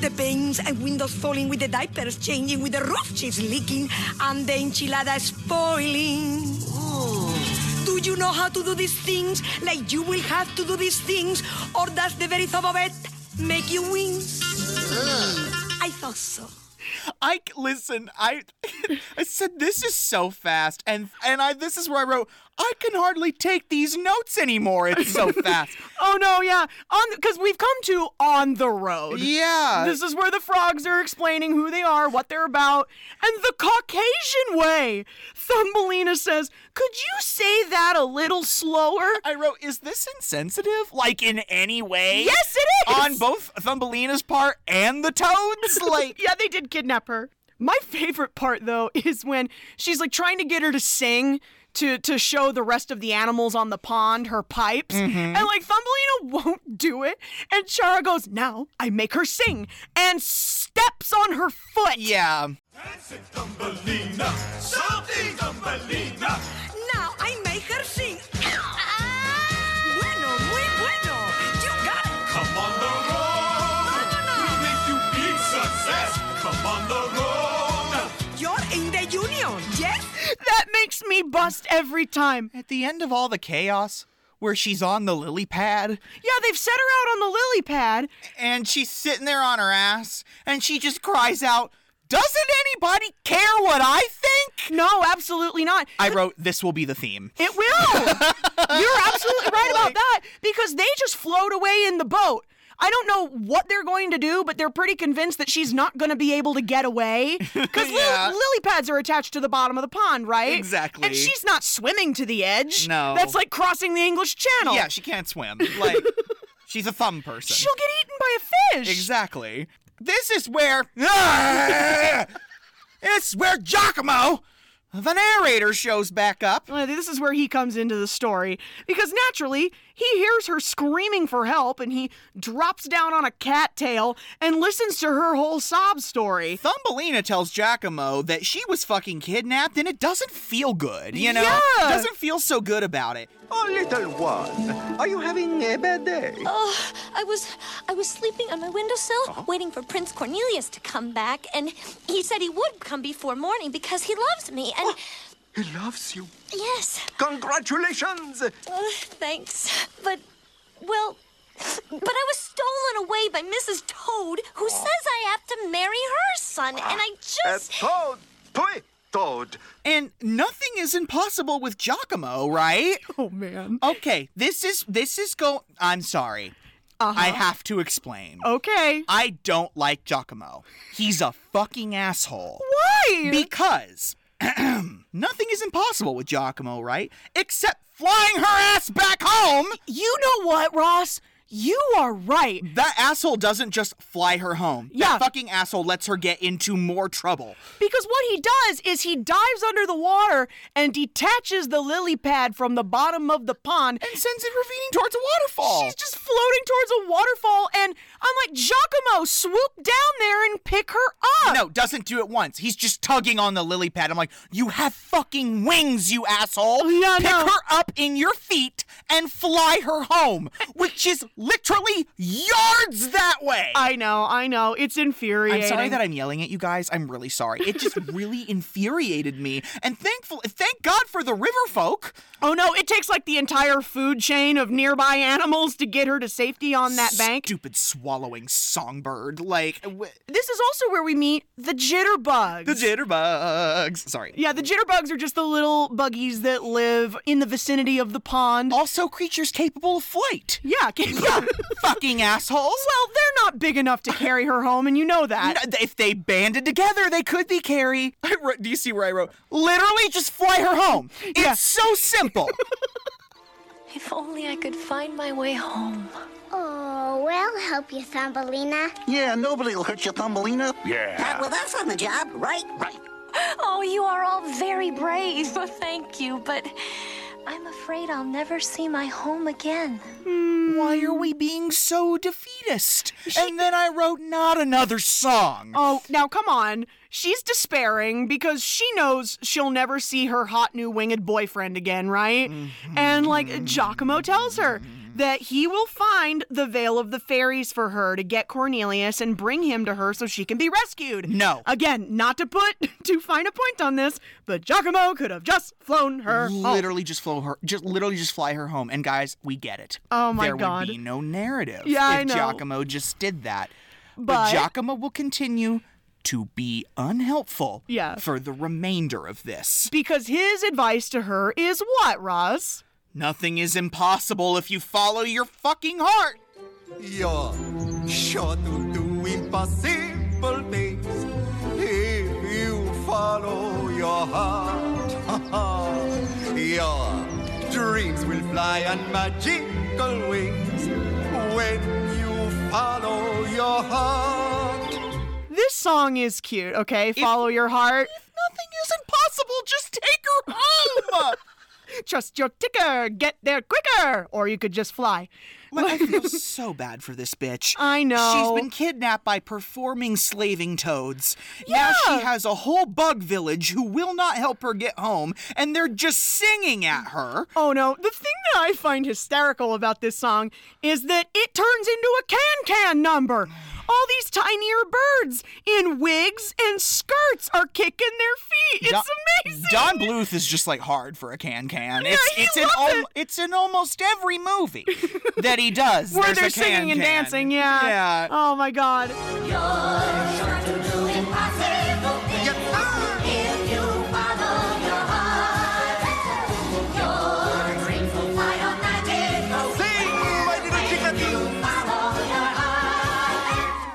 The panes and windows falling with the diapers changing with the roof she's leaking and the enchilada spoiling. Do you know how to do these things? Like you will have to do these things, or does the very thought of it make you wings? I thought so. I c- listen. I [LAUGHS] I said this is so fast, and and I this is where I wrote. I can hardly take these notes anymore. It's [LAUGHS] so fast. Oh no, yeah. On because we've come to on the road. Yeah. This is where the frogs are explaining who they are, what they're about, and the Caucasian way. Thumbelina says, "Could you say that a little slower?" I wrote, is this insensitive? Like in any way? yes, it is. On both Thumbelina's part and the toads? Like yeah, they did kidnap her. My favorite part though [LAUGHS] is when she's like trying to get her to sing to to show the rest of the animals on the pond her pipes, and like Thumbelina won't do it, and Chara goes, "Now I make her sing," and steps on her foot. [LAUGHS] Yeah. Thumbelina, something Thumbelina. Now I make her sing. bueno, muy bueno. You got it. Come on the road. We'll make you big success. Come on the road. You're in the union, yes? That makes me bust every time. At the end of all the chaos, where she's on the lily pad Yeah, they've set her out on the lily pad. and she's sitting there on her ass and she just cries out, Doesn't anybody care what I think? No, absolutely not. I wrote, This will be the theme. It will. You're absolutely right about that because they just float away in the boat. I don't know what they're going to do, but they're pretty convinced that she's not going to be able to get away [LAUGHS] because Yeah. lily pads are attached to the bottom of the pond, right? Exactly. And she's not swimming to the edge. No. That's like crossing the English Channel. Yeah, she can't [LAUGHS] swim. Like, she's a thumb person. She'll get eaten by a fish. Exactly. This is where. [LAUGHS] it's where Giacomo, the narrator, shows back up. Well, This is where he comes into the story because naturally He hears her screaming for help and he drops down on a cattail and listens to her whole sob story. Thumbelina tells Giacomo that she was fucking kidnapped and it doesn't feel good, you know? Yeah. Doesn't feel so good about it. Oh, little one, are you having a bad day? Oh, I was I was sleeping on my windowsill, waiting for Prince Cornelius to come back, and he said he would come before morning because he loves me. And He loves you. yes, Congratulations! uh, thanks. But well, but I was stolen away by Mrs. Toad, who says I have to marry her son, and I just Toad! Pui! Toad! And nothing is impossible with Giacomo, right? [LAUGHS] Oh man. Okay, this is this is go I'm sorry. Uh-huh. Oh. I have to explain. Okay. I don't like Giacomo. He's a fucking asshole. Why? Because [CLEARS THROAT] nothing is impossible with Giacomo, right? Except flying her ass back home. You know what, Ross? You are right. That asshole doesn't just fly her home. Yeah. That fucking asshole lets her get into more trouble. Because what he does is he dives under the water and detaches the lily pad from the bottom of the pond and sends it revealing towards a waterfall. She's just floating towards a waterfall, and I'm like, Giacomo, swoop down there and pick her up. No, doesn't do it once. He's just tugging on the lily pad. I'm like, you have fucking wings, you asshole. Yeah, Pick no. her up in your feet and fly her [LAUGHS] home, which is literally yards that way. I know, I know. It's infuriating. I'm sorry that I'm yelling at you guys. I'm really sorry. It [LAUGHS] just really infuriated me. And thankful, thank God for the river folk. Oh no, it takes like the entire food chain of nearby animals to get her to safety on that bank. Stupid swallowing songbird. Like, w- This is also where we meet the jitterbugs. the jitterbugs. Sorry. yeah, the jitterbugs are just the little buggies that live in the vicinity of the pond. Also, creatures capable of flight. [LAUGHS] Yeah, [LAUGHS] yeah. Fucking assholes. Well, they're not big enough to carry her home, and you know that. N- If they banded together, they could be Carrie. [LAUGHS] I wrote, do you see where I wrote? Literally, just fly her home. It's so simple. if only I could find my way home. Oh, we'll help you, Thumbelina. Yeah, nobody will hurt you, Thumbelina. Yeah. with us on the job, right? Right. Oh, you are all very brave. [LAUGHS] Thank you, but I'm afraid I'll never see my home again. [LAUGHS] Why are we being so defeatist? And then I wrote not another song. Oh, now come on. She's despairing because she knows she'll never see her hot new winged boyfriend again, right? Mm-hmm. And like Giacomo tells her that he will find the Veil of the Fairies for her to get Cornelius and bring him to her so she can be rescued. No. Again, not to put [LAUGHS] too fine a point on this, but Giacomo could have just flown her. home. Literally, just flow her. Just literally, just fly her home. And guys, we get it. Oh my there God. would be no narrative. Yeah, if I know. Giacomo just did that. But- Giacomo will continue to be unhelpful. Yeah. For the remainder of this, Because his advice to her is what, Roz? nothing is impossible if you follow your fucking heart. You're sure to do impossible things if you follow your heart. [LAUGHS] your dreams will fly on magical wings when you follow your heart. This song is cute, okay? Follow your heart. Nothing is impossible. Just take her home. [LAUGHS] Trust your ticker, get there quicker, or you could just fly. Look, I feel so bad for this bitch. [LAUGHS] I know. She's been kidnapped by performing slaving toads. Now Yeah. she has a whole bug village who will not help her get home, and they're just singing at her. [LAUGHS] Oh no, the thing that I find hysterical about this song is that it turns into a can can number. All these tinier birds in wigs and skirts are kicking their feet. It's Don- amazing. Don Bluth is just like hard for a can can. Yeah, it's he it's in loves al- it. it's in almost [LAUGHS] every movie that he does. Where there's they're a singing and can-can. dancing, yeah. Yeah. Oh my god.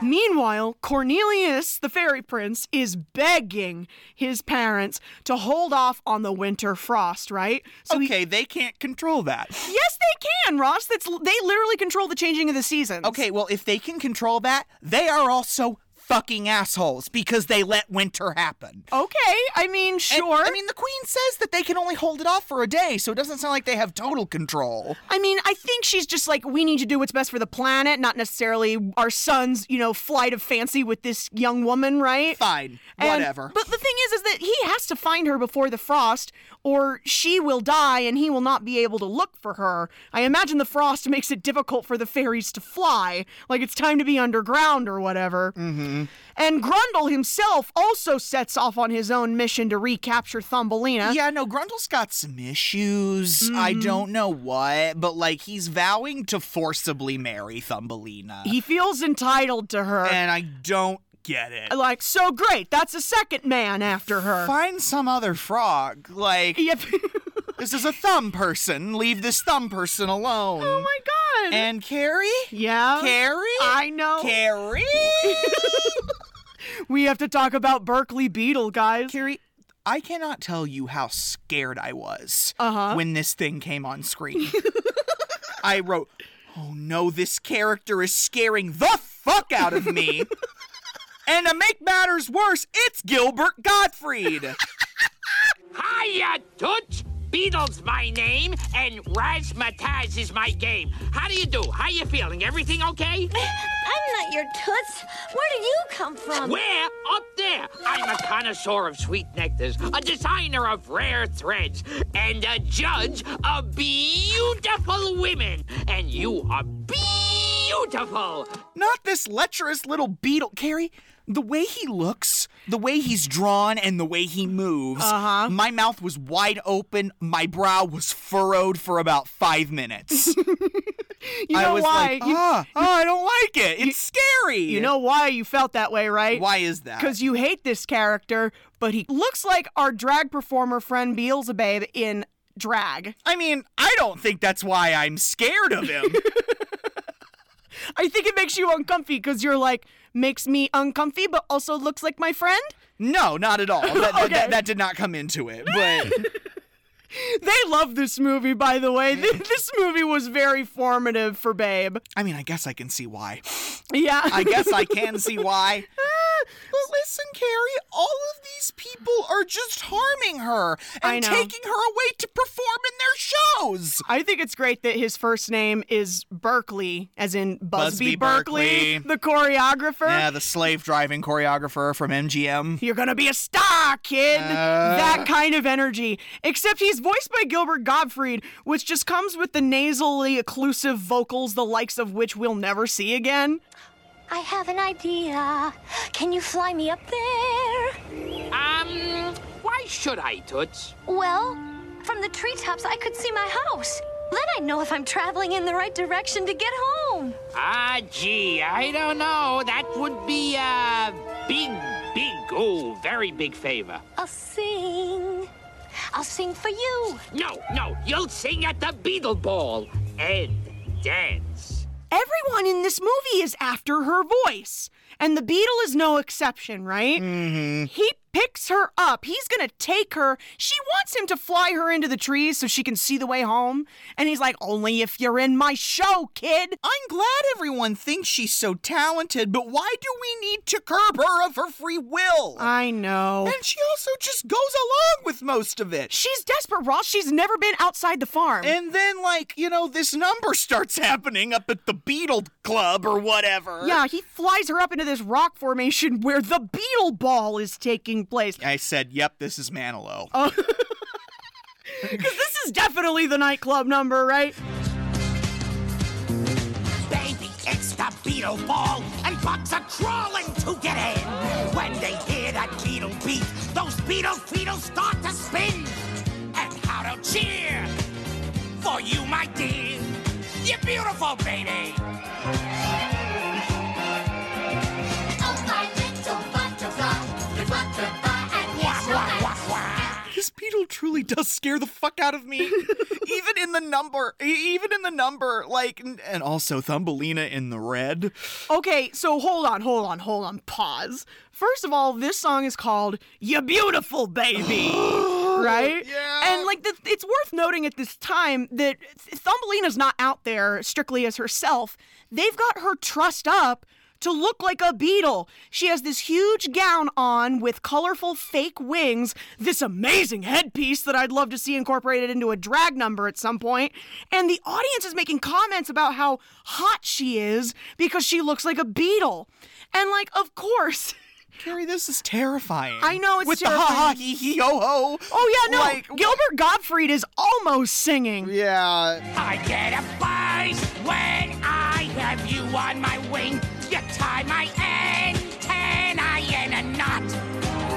Meanwhile, Cornelius, the fairy prince, is begging his parents to hold off on the winter frost, right? So Oh, he- okay, they can't control that. yes, they can, Ross. That's they literally control the changing of the seasons. Okay, well, if they can control that, they are also fucking assholes because they let winter happen. Okay, I mean, sure. I mean, the Queen says that they can only hold it off for a day, so it doesn't sound like they have total control. I mean, I think she's just like, we need to do what's best for the planet, not necessarily our son's, you know, flight of fancy with this young woman, right? Fine, And- whatever. but the thing is, is that he has to find her before the frost, or she will die and he will not be able to look for her. I imagine the frost makes it difficult for the fairies to fly, like it's time to be underground or whatever. Mm-hmm. And Grundle himself also sets off on his own mission to recapture Thumbelina. Yeah, no, Grundle's got some issues. I Mhm. don't know what, but like he's vowing to forcibly marry Thumbelina. He feels entitled to her. And I don't get it. Like, so great, that's a second man after her. Find some other frog. Like, yep. [LAUGHS] Oh this is a thumb person. Leave this thumb person alone. Oh my God. And Carrie? Yeah. Carrie? I know. Carrie? we have to talk about Berkeley Beetle, guys. Carrie, I cannot tell you how scared I was Uh-huh. when this thing came on screen. [LAUGHS] I wrote, oh no, this character is scaring the fuck out of me. and to make matters worse, it's Gilbert Gottfried. Hiya, Toots! Beatles my name, and Razzmatazz is my game. How do you do? How you feeling? Everything okay? I'm not your toots. Where did you come from? Where? Up there. I'm a connoisseur of sweet nectars, a designer of rare threads, and a judge of beautiful women. And you are beautiful. Not this lecherous little beetle. Carrie, the way he looks, the way he's drawn, and the way he moves, uh-huh. my mouth was wide open, my brow was furrowed for about five minutes. You I know was why? like, You- ah, ah, I don't like it. It's scary. You know why you felt that way, right? Why is that? Because you hate this character, but he looks like our drag performer friend Beelzebub in drag. I mean, I don't think that's why I'm scared of [LAUGHS] him. I think it makes you uncomfy because you're like, makes me uncomfy, but also looks like my friend. no, not at all. That, that, Okay. that, that did not come into it. But [LAUGHS] They love this movie, by the way. [LAUGHS] this movie was very formative for Babe. I mean, I guess I can see why. Yeah. [LAUGHS] I guess I can see [LAUGHS] why. Listen, Carrie, all of these people are just harming her I and know. taking her away to perform in their shows. I think it's great that his first name is Berkeley, as in Busby, Busby Berkeley, Berkeley. the choreographer. Yeah, the slave driving choreographer from MGM. You're gonna be a star, kid! that kind of energy. Except he's voiced by Gilbert Gottfried, which just comes with the nasally occlusive vocals, the likes of which we'll never see again. I have an idea. Can you fly me up there? Um, why should I, Toots? Well, from the treetops, I could see my house. Then I'd know if I'm traveling in the right direction to get home. Ah, gee, I don't know. That would be a big, big, oh, very big favor. I'll sing. I'll sing for you. No, no, you'll sing at the Beetle Ball and dance. Everyone in this movie is after her voice, and the Beetle is no exception, right? Mm-hmm. He picks her up. He's gonna take her. She wants him to fly her into the trees so she can see the way home, and he's like, "Only if you're in my show, kid." I'm glad everyone thinks she's so talented, but why do we need to curb her of her free will? I know. and she also just goes along with most of it. She's desperate, Ross. She's never been outside the farm. And then, like, you know, this number starts [LAUGHS] happening up at the Beetle Club or whatever. Yeah, he flies her up into this rock formation [LAUGHS] where the beetle ball is taking place. I said, yep, this is Manilow. Oh. Because this is definitely the nightclub number, right? Baby, it's the beetle ball, and bucks are crawling to get in. When they hear that beetle beat, those beetle feet'll start to spin. And how to cheer for you, my dear. You're beautiful, baby. Oh, my little butterfly, the butterfly, and yes, [LAUGHS] This beetle truly does scare the fuck [LAUGHS] out of me. even in the number, e- even in the number, like, n- and also Thumbelina in the red. Okay, so hold on, hold on, hold on, pause. First of all, this song is called You Beautiful Baby. right? [LAUGHS] Yeah. And like the, it's worth noting at this time that Thumbelina's not out there strictly as herself. They've got her trussed up to look like a beetle. She has this huge gown on with colorful fake wings, this amazing headpiece that I'd love to see incorporated into a drag number at some point, and the audience is making comments about how hot she is because she looks like a beetle. And, like, of course. Carrie, this is terrifying. I know it's With the terrifying. ha ha hee hee ho ho. Oh yeah, no. Like- Gilbert Gottfried is almost singing. Yeah. I get a buzz when I have you on my wing. You tie my antennae in a knot.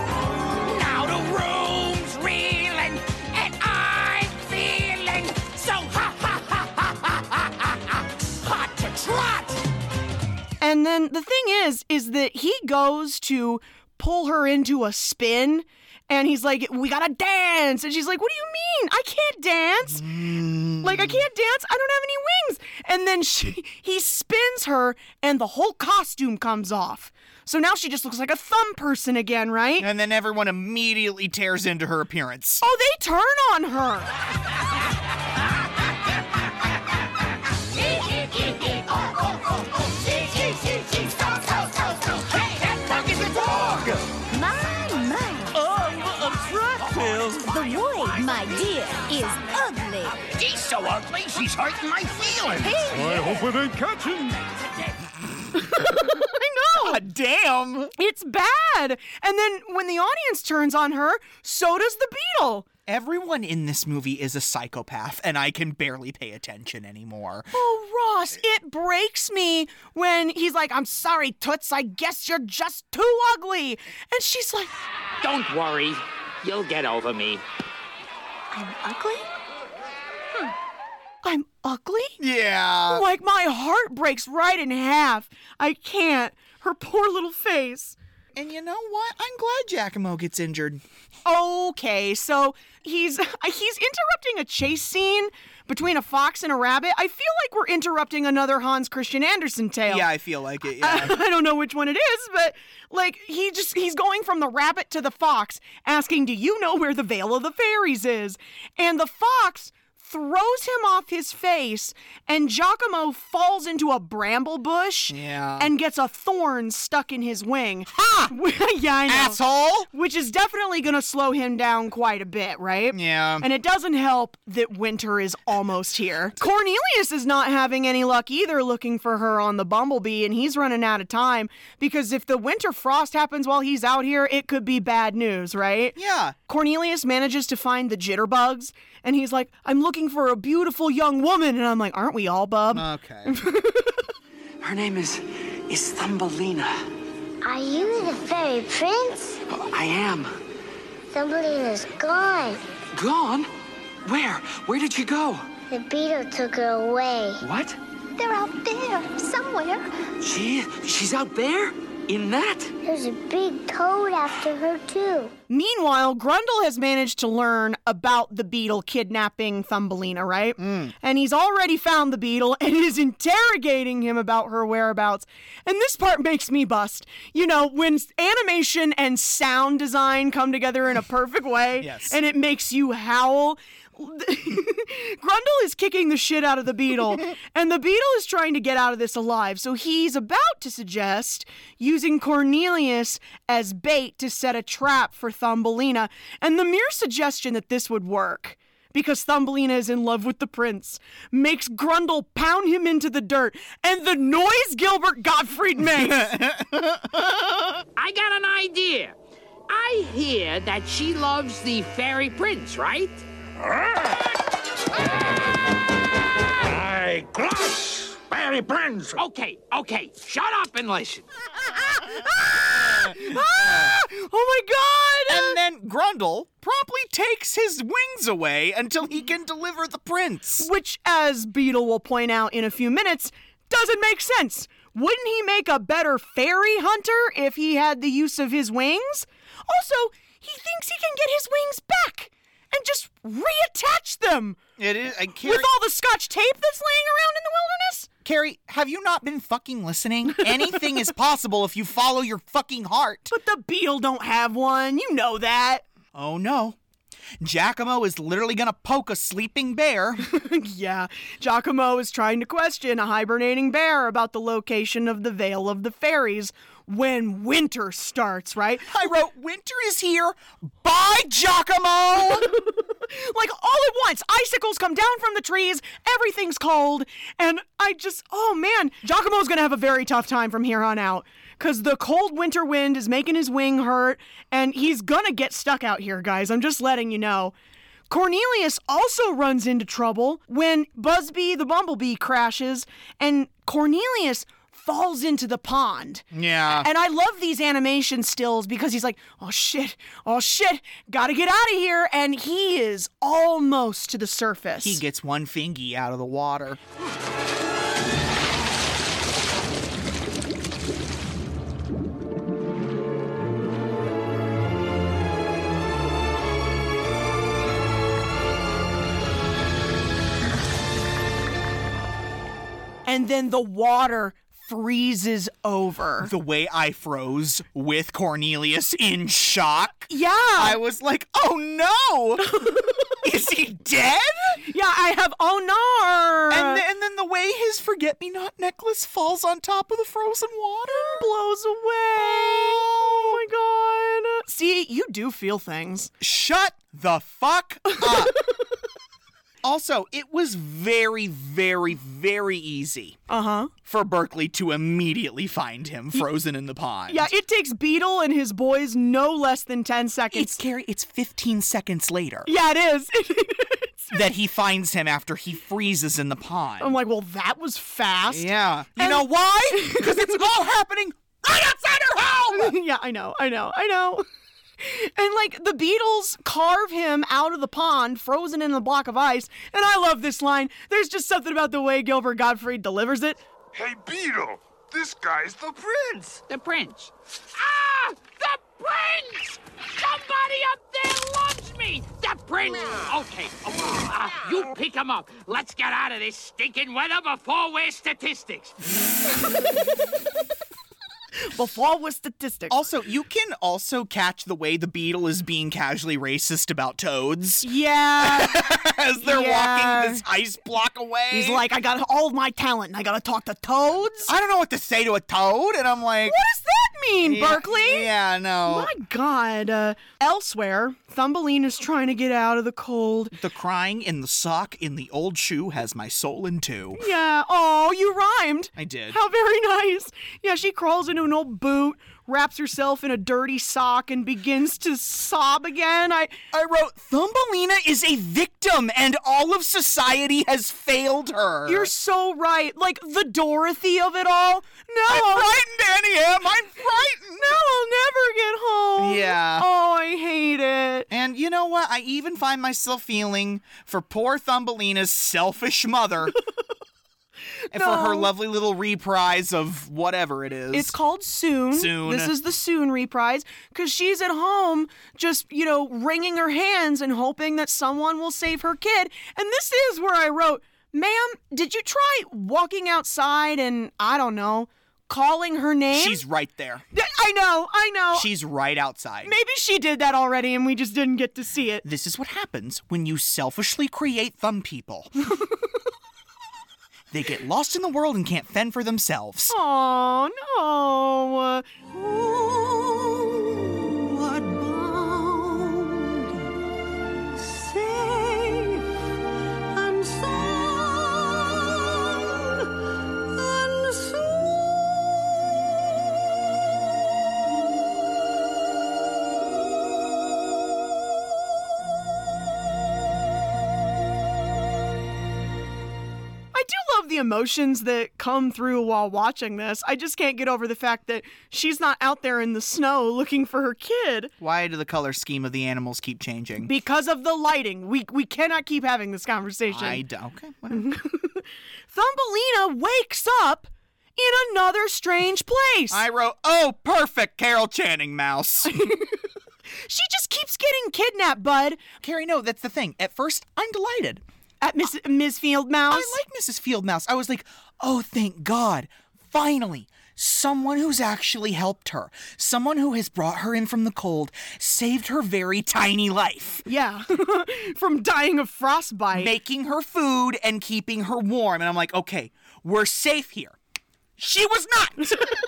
Now the room's reeling and I'm feeling so ha ha ha ha ha ha ha ha. Hot to trot. And then the thing is, is that he goes to pull her into a spin. And he's like, we gotta dance. And she's like, what do you mean? I can't dance. Like, I can't dance. I don't have any wings. And then she, he spins her, and the whole costume comes off. So now she just looks like a thumb person again, right? And then everyone immediately tears into her appearance. Oh, they turn on her. [LAUGHS] My, my. Oh, a Pills. The wood, my dear, is ugly. She's so ugly, she's hurting my feelings. Hey. I hope it ain't catching. I know. God damn. It's bad. And then when the audience turns on her, so does the beetle. Everyone in this movie is a psychopath, and I can barely pay attention anymore. Oh, Ross, it breaks me when he's like, I'm sorry, Toots, I guess you're just too ugly. And she's like, Don't worry, you'll get over me. I'm ugly? Hmm. I'm ugly? Yeah. Like, my heart breaks right in half. I can't. Her poor little face. And you know what? I'm glad Giacomo gets injured. Okay, so he's [LAUGHS] he's interrupting a chase scene between a fox and a rabbit. I feel like we're interrupting another Hans Christian Andersen tale. Yeah, I feel like it. Yeah. [LAUGHS] I, I don't know which one it is, but like he just he's going from the rabbit to the fox, asking, "Do you know where the Vale of the Fairies is?" And the fox throws him off his face, and Giacomo falls into a bramble bush Yeah. and gets a thorn stuck in his wing. Ha! [LAUGHS] yeah, I know. [LAUGHS] Asshole! Which is definitely gonna slow him down quite a bit, right? Yeah. And it doesn't help that winter is almost here. Cornelius is not having any luck either looking for her on the bumblebee, and he's running out of time because if the winter frost happens while he's out here, it could be bad news, right? Yeah. Cornelius manages to find the jitterbugs, and he's like, I'm looking for a beautiful young woman. And I'm like, Aren't we all, bub? Okay. Her name is is Thumbelina. Are you the fairy prince? I am. Thumbelina's gone. Gone? Where? Where did she go? The beetle took her away. What? They're out there, somewhere. She she's out there? In that? There's a big toad after her, too. Meanwhile, Grundle has managed to learn about the beetle kidnapping Thumbelina, right? And he's already found the beetle [LAUGHS] and is interrogating him about her whereabouts. And this part makes me bust. You know, when s- animation and sound design come together in a perfect way Yes. and it makes you howl. [LAUGHS] Grundle is kicking the shit out of the beetle, and the beetle is trying to get out of this alive. So he's about to suggest using Cornelius as bait to set a trap for Thumbelina. And the mere suggestion that this would work, because Thumbelina is in love with the prince, makes Grundle pound him into the dirt. And the noise Gilbert Gottfried makes. I got an idea. I hear that she loves the fairy prince, right? I crush fairy prince. Okay, okay, shut up and listen. oh my god! And then Grundle promptly takes his wings away until he can deliver the prince. Which, as Beetle will point out in a few minutes, doesn't make sense. Wouldn't he make a better fairy hunter if he had the use of his wings? Also, he thinks he can get his wings back and just reattach them. It is. I With all the scotch tape that's laying around in the wilderness? Carrie, have you not been fucking listening? Anything is possible if you follow your fucking heart. But the beetle don't have one. You know that. Oh no. Giacomo is literally gonna poke a sleeping bear. [LAUGHS] yeah, Giacomo is trying to question a hibernating bear about the location of the Vale of the Fairies when winter starts, right? I wrote, Winter is here. Bye, Giacomo! like all at once, icicles come down from the trees, everything's cold, and I just, oh man, Giacomo's gonna have a very tough time from here on out. Because the cold winter wind is making his wing hurt, and he's gonna get stuck out here, guys. I'm just letting you know. Cornelius also runs into trouble when Busby the Bumblebee crashes, and Cornelius falls into the pond. Yeah. And I love these animation stills because he's like, oh shit, oh shit, gotta get out of here. And he is almost to the surface. He gets one fingy out of the water. and then the water freezes over. The way I froze with Cornelius in shock. Yeah. I was like, [LAUGHS] oh no! Is he dead? Yeah, I have oh no. And, th- and then the way his forget me not necklace falls on top of the frozen water blows away. Oh my god. See, you do feel things. Shut the fuck up. [LAUGHS] Also, it was very, very, very easy uh-huh. for Berkeley to immediately find him frozen in the pond. Yeah, it takes Beetle and his boys no less than 10 seconds. it's Carrie. It's 15 seconds later yeah, it is. [LAUGHS] that he finds him after he freezes in the pond. I'm like, well, that was fast. Oh yeah, you And- know why? [LAUGHS] Because it's all happening right outside her home. [LAUGHS] yeah, I know, I know, I know. And like the Beatles carve him out of the pond, frozen in a block of ice. And I love this line. There's just something about the way Gilbert Gottfried delivers it. Hey, Beetle, this guy's the prince. The prince. Ah! The prince! Somebody up there loves me! The prince! Okay, okay. Uh, you pick him up. Let's get out of this stinking weather before we're statistics. Before was statistics. Also, you can also catch the way the beetle is being casually racist about toads yeah. as they're Yeah. walking this ice block away. [LAUGHS] He's like, I got all of my talent and I gotta talk to toads? I don't know what to say to a toad, and I'm like, Oh, What does that mean, Yeah, Berkeley? Yeah, no. My God. Uh, elsewhere, Thumbelina's trying to get out of the cold. The crying in the sock in the old shoe has my soul in two. Yeah. Oh, you rhymed. I did. How very nice. Yeah, she crawls into an old boot, wraps herself in a dirty sock, and begins to sob again. I. I wrote, Thumbelina is a victim, and all of society has failed her. You're so right. Like the Dorothy of it all. No, I'll- Annie am. I'm frightened. No, I'll never get home. Yeah. Oh, I hate it. And you know what? I even find myself feeling for poor Thumbelina's selfish [LAUGHS] mother. And for her No. lovely little reprise of whatever it is. It's called Soon. Soon. This is the Soon reprise because she's at home just, you know, wringing her hands and hoping that someone will save her kid. And this is where I wrote, ma'am, did you try walking outside and, I don't know, calling her name? She's right there. I know, I know. She's right outside. Maybe she did that already and we just didn't get to see it. This is what happens when you selfishly create thumb people. they get lost in the world and can't fend for themselves. Oh, no. Uh, I do love the emotions that come through while watching this. I just can't get over the fact that she's not out there in the snow looking for her kid Why do the color scheme of the animals keep changing? because of the lighting. We we cannot keep having this conversation. I d- okay. well. Thumbelina wakes up in another strange place. I wrote, oh, perfect, Carol Channing mouse. she just keeps getting kidnapped, bud. Carrie, no, that's the thing. At first, I'm delighted. At Miss Ms. Field Mouse. I like Mrs. Field Mouse. I was like, oh, thank God. Finally, someone who's actually helped her, someone who has brought her in from the cold, saved her very tiny life. Yeah, [LAUGHS] from dying of frostbite, making her food and keeping her warm. And I'm like, okay, we're safe here. She was not. [LAUGHS]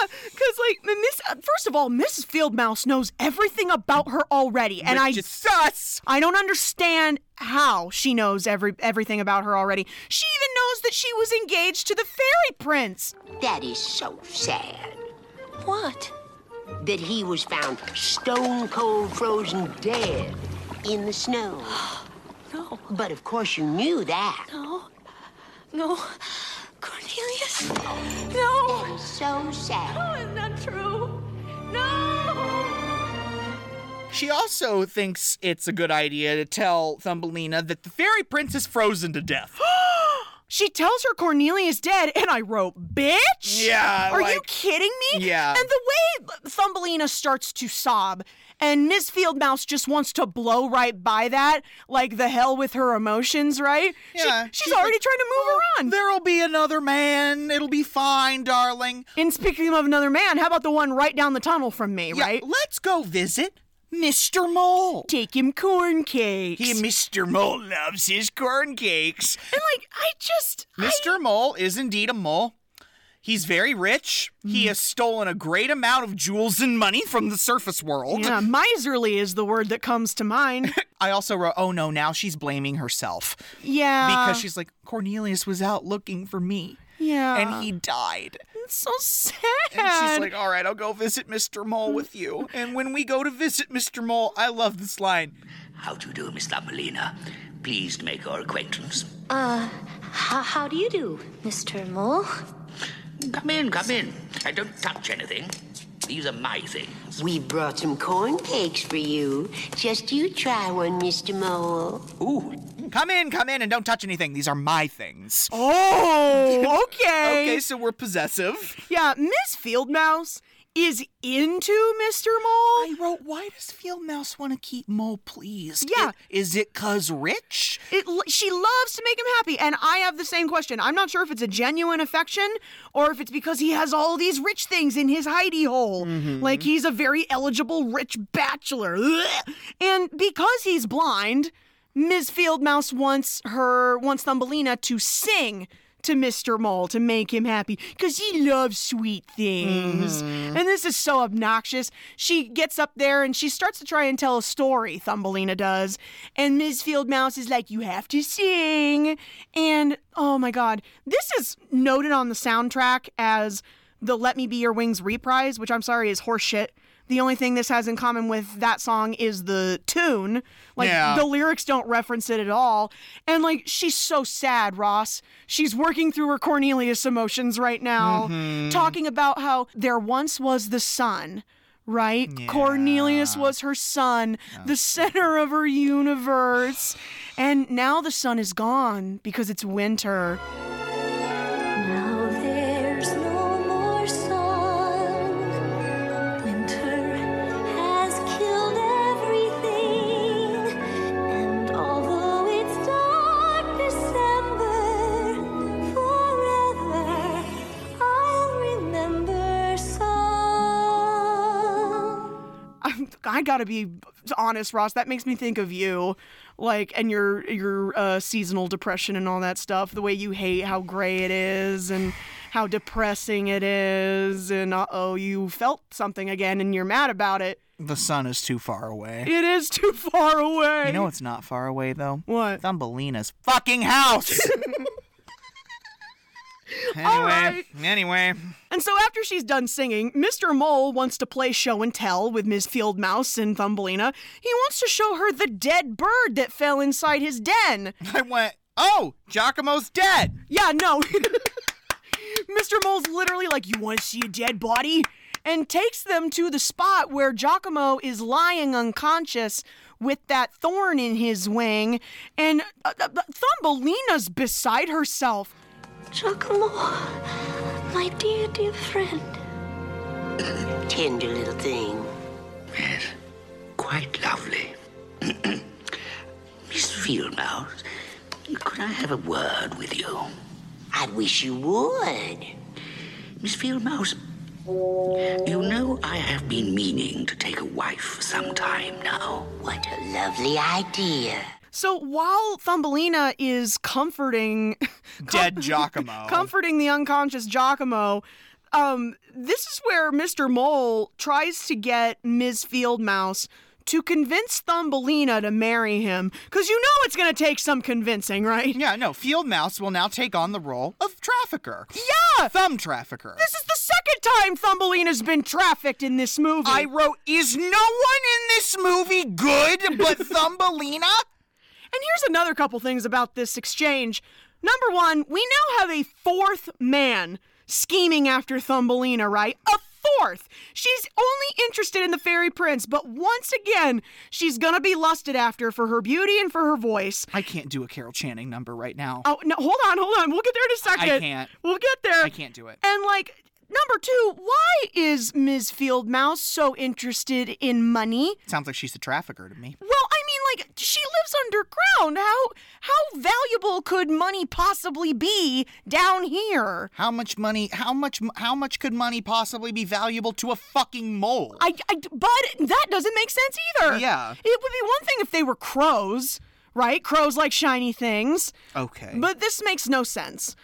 Yeah, because like the Miss, uh, first of all, Mrs. Field Mouse knows everything about her already, and I Which is sus. I don't understand how she knows every everything about her already. She even knows that she was engaged to the fairy prince. That is so sad. What? That he was found stone cold frozen dead in [GASPS] the snow. No. But of course you knew that. No. No. Cornelius? No. That is so sad. No, it's not true. No! She also thinks it's a good idea to tell Thumbelina that the fairy prince is frozen to death. [GASPS] She tells her Cornelia's dead, and I wrote, "Bitch, Yeah, are you like- kidding me?" Yeah. and the way Thumbelina starts to sob, and Miss Field Mouse just wants to blow right by that, like the hell with her emotions, right? She- Yeah, she's, she's already like, "Oh, trying to move her on. There'll be another man. It'll be fine, darling. And speaking of another man, how about the one right down the tunnel from me, Yeah, right? Let's go visit Mr. Mole. Take him corn cakes. Hey, Mr. Mole loves his corn cakes. And like, I just Mr. Mole is indeed a mole. He's very rich. Hmm. He has stolen a great amount of jewels and money from the surface world. yeah, miserly is the word that comes to [LAUGHS] mind. I also wrote, oh no, now she's blaming herself. Yeah, because she's like, Cornelius was out looking for me. yeah, And he died. It's so sad. And she's like, all right, I'll go visit Mr. Mole with [LAUGHS] you. And when we go to visit Mr. Mole, I love this line. How do you do, Miss Thumbelina? Pleased make our acquaintance. Uh, how, how do you do, Mr. Mole? Come in, come in. And don't touch anything. These are my things. We brought some corn cakes for you. Just you try one, Mr. Mole. Ooh. Come in, come in, and don't touch anything. These are my things. [LAUGHS] Oh, okay. Okay, so we're possessive. Yeah, Miss Fieldmouse is into Mr. Mole. I wrote, why does Field Mouse want to keep Mole pleased? Yeah. I- Is it cause rich? It, she loves to make him happy, and I have the same question. I'm not sure if it's a genuine affection or if it's because he has all these rich things in his hidey hole. Like he's a very eligible rich bachelor. Ugh. And because he's blind, Ms. Fieldmouse wants her wants Thumbelina to sing to Mr. Mole to make him happy because he loves sweet things. And this is so obnoxious. She gets up there and she starts to try and tell a story, Thumbelina does. And Ms. Field Mouse is like, You have to sing. And oh my God, this is noted on the soundtrack as the Let Me Be Your Wings reprise, which I'm sorry is horseshit. The only thing this has in common with that song is the tune. Like Yeah. the lyrics don't reference it at all. And like she's so sad, Ross. She's working through her Cornelius emotions right now, talking about how there once was the sun. Right? Cornelius was her son, the center of her universe. And now the sun is gone because it's winter. Now there's no more sun. Winter has killed everything. And although it's dark December forever, I'll remember sun. I'm, I gotta be honest, Ross. That makes me think of you, like, and your your uh, seasonal depression and all that stuff. The way you hate how gray it is and how depressing it is, and uh oh, you felt something again, and you're mad about it. The sun is too far away. It is too far away. You know it's not far away though. What? Thumbelina's fucking house. [LAUGHS] anyway, All right. anyway, And so after she's done singing, Mr. Mole wants to play show and tell with Ms. Field Mouse and Thumbelina. He wants to show her the dead bird that fell inside his den. I went. Oh, Giacomo's dead. Yeah, no. [LAUGHS] Mr. Mole's literally like, You want to see a dead body? And takes them to the spot where Giacomo is lying unconscious with that thorn in his wing. And uh, uh, Thumbelina's beside herself. Giacomo, my dear, dear friend. Tender little thing. Yes, quite lovely. [CLEARS THROAT] Miss Fieldmouse, could I have a word with you? I wish you would. Miss Fieldmouse, you know I have been meaning to take a wife for some time now. What a Lovely idea. So while Thumbelina is comforting [LAUGHS] Dead Giacomo. comforting the unconscious Giacomo, um, this is where Mr. Mole tries to get Ms. Fieldmouse to convince Thumbelina to marry him. Because you know it's going to take some convincing, right? Yeah, no. Fieldmouse will now take on the role of trafficker. Yeah! Thumb trafficker. This is the second time Thumbelina's been trafficked in this movie. I wrote, Is no one in this movie good but [LAUGHS] Thumbelina? And here's another couple things about this exchange. Number one, we now have a fourth man scheming after Thumbelina, right? A fourth! She's only interested in the fairy prince, but once again, she's gonna be lusted after for her beauty and for her voice. I can't do a Carol Channing number right now. Oh, no, hold on, hold on. We'll get there in a second. I can't. We'll get there. I can't do it. And like, number two, why is Ms. Fieldmouse so interested in money? Sounds like she's a trafficker to me. Well, I mean, like she lives underground. How how valuable could money possibly be down here? How much money? How much? How much could money possibly be valuable to a fucking mole? I, I but that doesn't make sense either. Yeah. it would be one thing if they were crows, right? Crows like shiny things. Okay. But this makes no sense.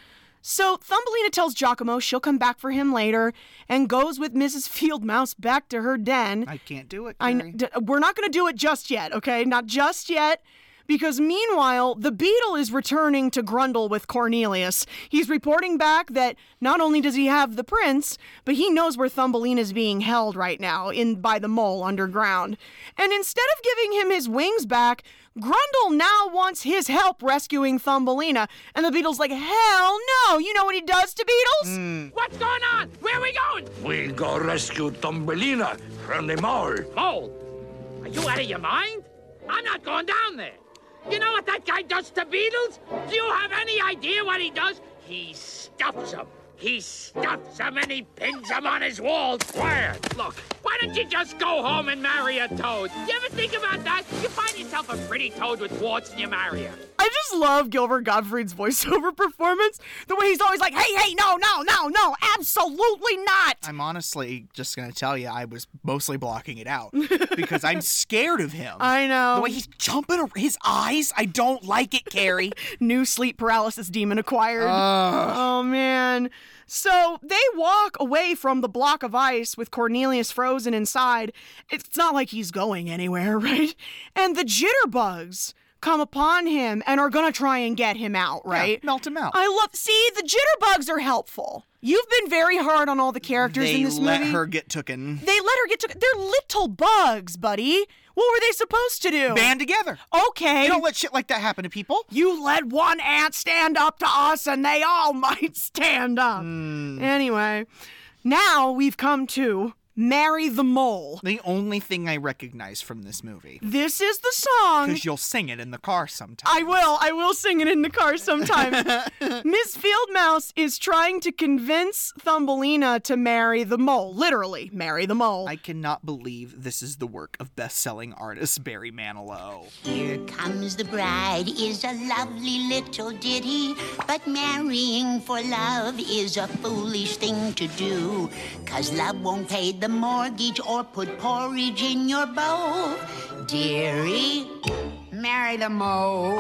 So Thumbelina tells Giacomo she'll come back for him later and goes with Mrs. Fieldmouse back to her den. I can't do it. I kn- d- we're not going to do it just yet, okay? Not just yet. Because meanwhile, the beetle is returning to Grundle with Cornelius. He's reporting back that not only does he have the prince, but he knows where Thumbelina is being held right now in by the mole underground. And instead of giving him his wings back, Grundle now wants his help rescuing Thumbelina. And the beetle's like, "Hell no! You know what he does to beetles?" What's going on? Where are we going? We go rescue Thumbelina from the mole. Mole, are you out of your mind? I'm not going down there. You know what that guy does to beetles? Do you have any idea what he does? He stuffs them. He stuffs them and he pins them on his walls. Where? Look, why don't you just go home and marry a toad? You ever think about that? You find yourself a pretty toad with warts and you marry her. I just love Gilbert Gottfried's voiceover [LAUGHS] performance. The way he's always like, hey, hey, no, no, no, no, absolutely not. I'm honestly just gonna tell you, I was mostly blocking [LAUGHS] it out because I'm scared of him. I know. The way he's jumping, ar- his eyes. I don't like [LAUGHS] it, Carrie. New sleep paralysis demon acquired. Ugh. Oh, man. So they walk away from the block of ice with Cornelius frozen inside. It's not like he's going anywhere, [LAUGHS] right? And the jitterbugs come upon him and are going to try and get him out, right? melt him out. I love. See, the jitterbugs are helpful. You've been very hard on all the characters they in this let movie. her get tooken. They let her get to. They're little bugs, buddy. What were they supposed to do? Band together. Okay. You don't let shit like that happen to people. You let one ant stand up to us, and they all [LAUGHS] might stand up. Hmm. Anyway, now we've come to marry the mole. The only thing I recognize from this movie, This is the song. because you'll sing it in the car sometime. Mm. I will. I will sing it in the car sometime. [LAUGHS] Miss Fieldmouse is trying to convince Thumbelina to marry the mole. Literally, marry the mole. I cannot believe this is the work of best-selling artist Barry Manilow. Here comes the bride is a lovely little ditty, but marrying for love is a foolish thing to do. Cause love won't pay the mortgage or put porridge in your bowl. Dearie, marry the mole.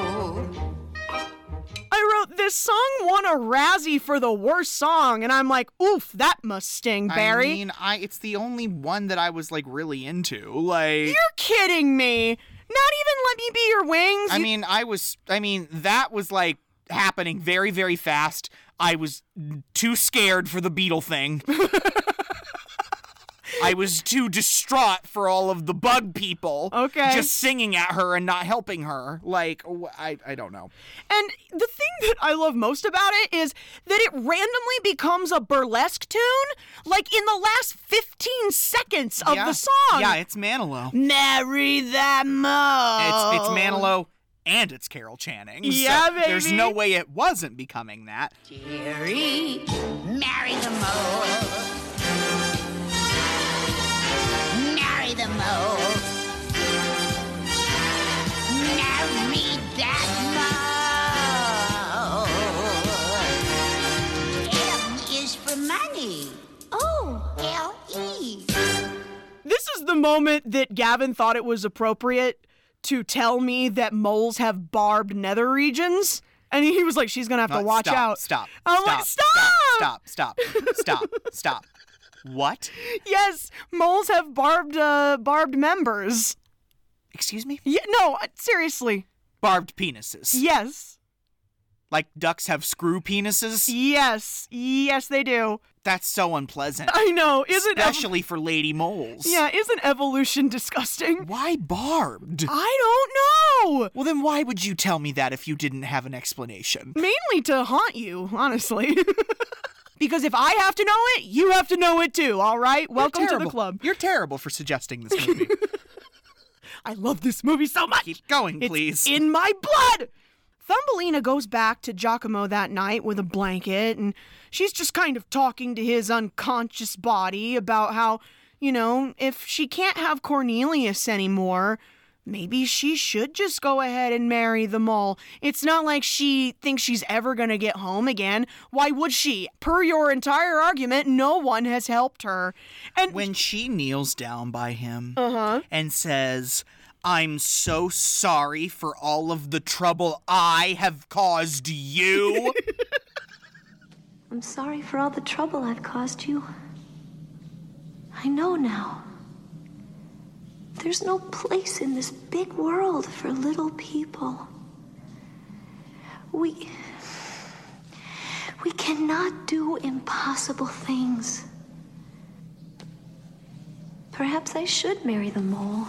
I wrote this song won a Razzie for the worst song, and I'm like, oof, that must sting, Barry. I mean, I it's the only one that I was like really into. Like, You're kidding me. Not even let me be your wings. I You- mean, I was. I mean, that was like happening very, very fast. I was too scared for the [LAUGHS] beetle thing. I was too distraught for all of the bug people. Okay. Just singing at her and not helping her. Like, wh- I, I don't know. and the thing that I love most about it is that it randomly becomes a burlesque tune, like in the last 15 seconds of Yeah. the song. Yeah, it's Manilow. Marry that mo. It's, it's Manilow and it's Carol Channing. so Yeah, There's baby. no way it wasn't becoming that. Dearie, marry the mole. Marry the mole. Marry that mole. E E. the moment that Gavin thought it was appropriate to tell me that moles have barbed nether regions. And he was like, she's going to have to Uh, watch stop, out. Oh, Stop. I'm stop, like, Stop. Stop. Stop. Stop. [LAUGHS] stop. What? Yes, moles have barbed uh, barbed members. Excuse me? Yeah, no, uh, seriously. Barbed penises. Yes. Like ducks have screw penises? Yes. Yes, they do. That's so unpleasant. I know, isn't ev- Especially for lady moles. Yeah, isn't evolution disgusting? Why barbed? I don't know. Well, then why would you tell me that if you didn't have an explanation? Mainly to haunt you, honestly. [LAUGHS] because if I have to know it, you have to know it too, all right? Welcome to the terrible. club. You're terrible for suggesting this [LAUGHS] movie. I love this movie so much. Keep going, please. in my blood. Thumbelina goes back to Giacomo that night with a blanket, and she's just kind of talking to his unconscious body about how, you know, if she can't have Cornelius anymore, maybe she should just go ahead and marry the mole. It's not like she thinks she's ever gonna get home again. Why would she? Per your entire argument, no one has helped her. And when she kneels down by him Uh-huh. and says, I'm so sorry for all of the trouble I have [LAUGHS] caused you. I'm sorry for all the trouble I've caused you. I know now. There's no place in this big world for little people. We. We cannot do impossible things. Perhaps I should marry the mole.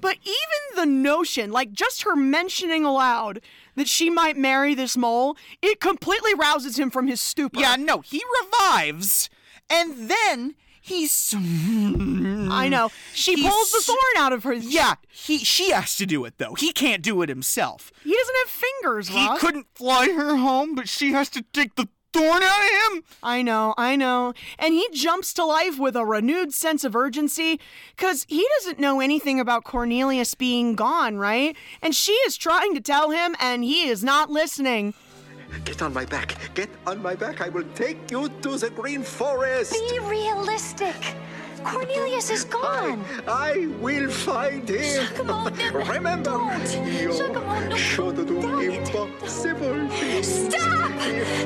But even the notion, like just her mentioning aloud that she might marry this mole, it completely rouses him from his stupor. yeah, no, he revives and then he's. I know. She pulls the thorn out of her. Yeah, he she has to do it though. He can't do it himself. He doesn't have fingers, He Ross. couldn't fly her home, but she has to take the thorn out of him. I know, I know. And he jumps to life with a renewed sense of urgency because he doesn't know anything about Cornelius being gone, right? And she is trying to tell him, and he is not listening. [LAUGHS] Get on my back. Get on my back. I will take you to the green forest. Be realistic. Cornelius is gone. I will find him. Remember, you should do impossible things. Stop!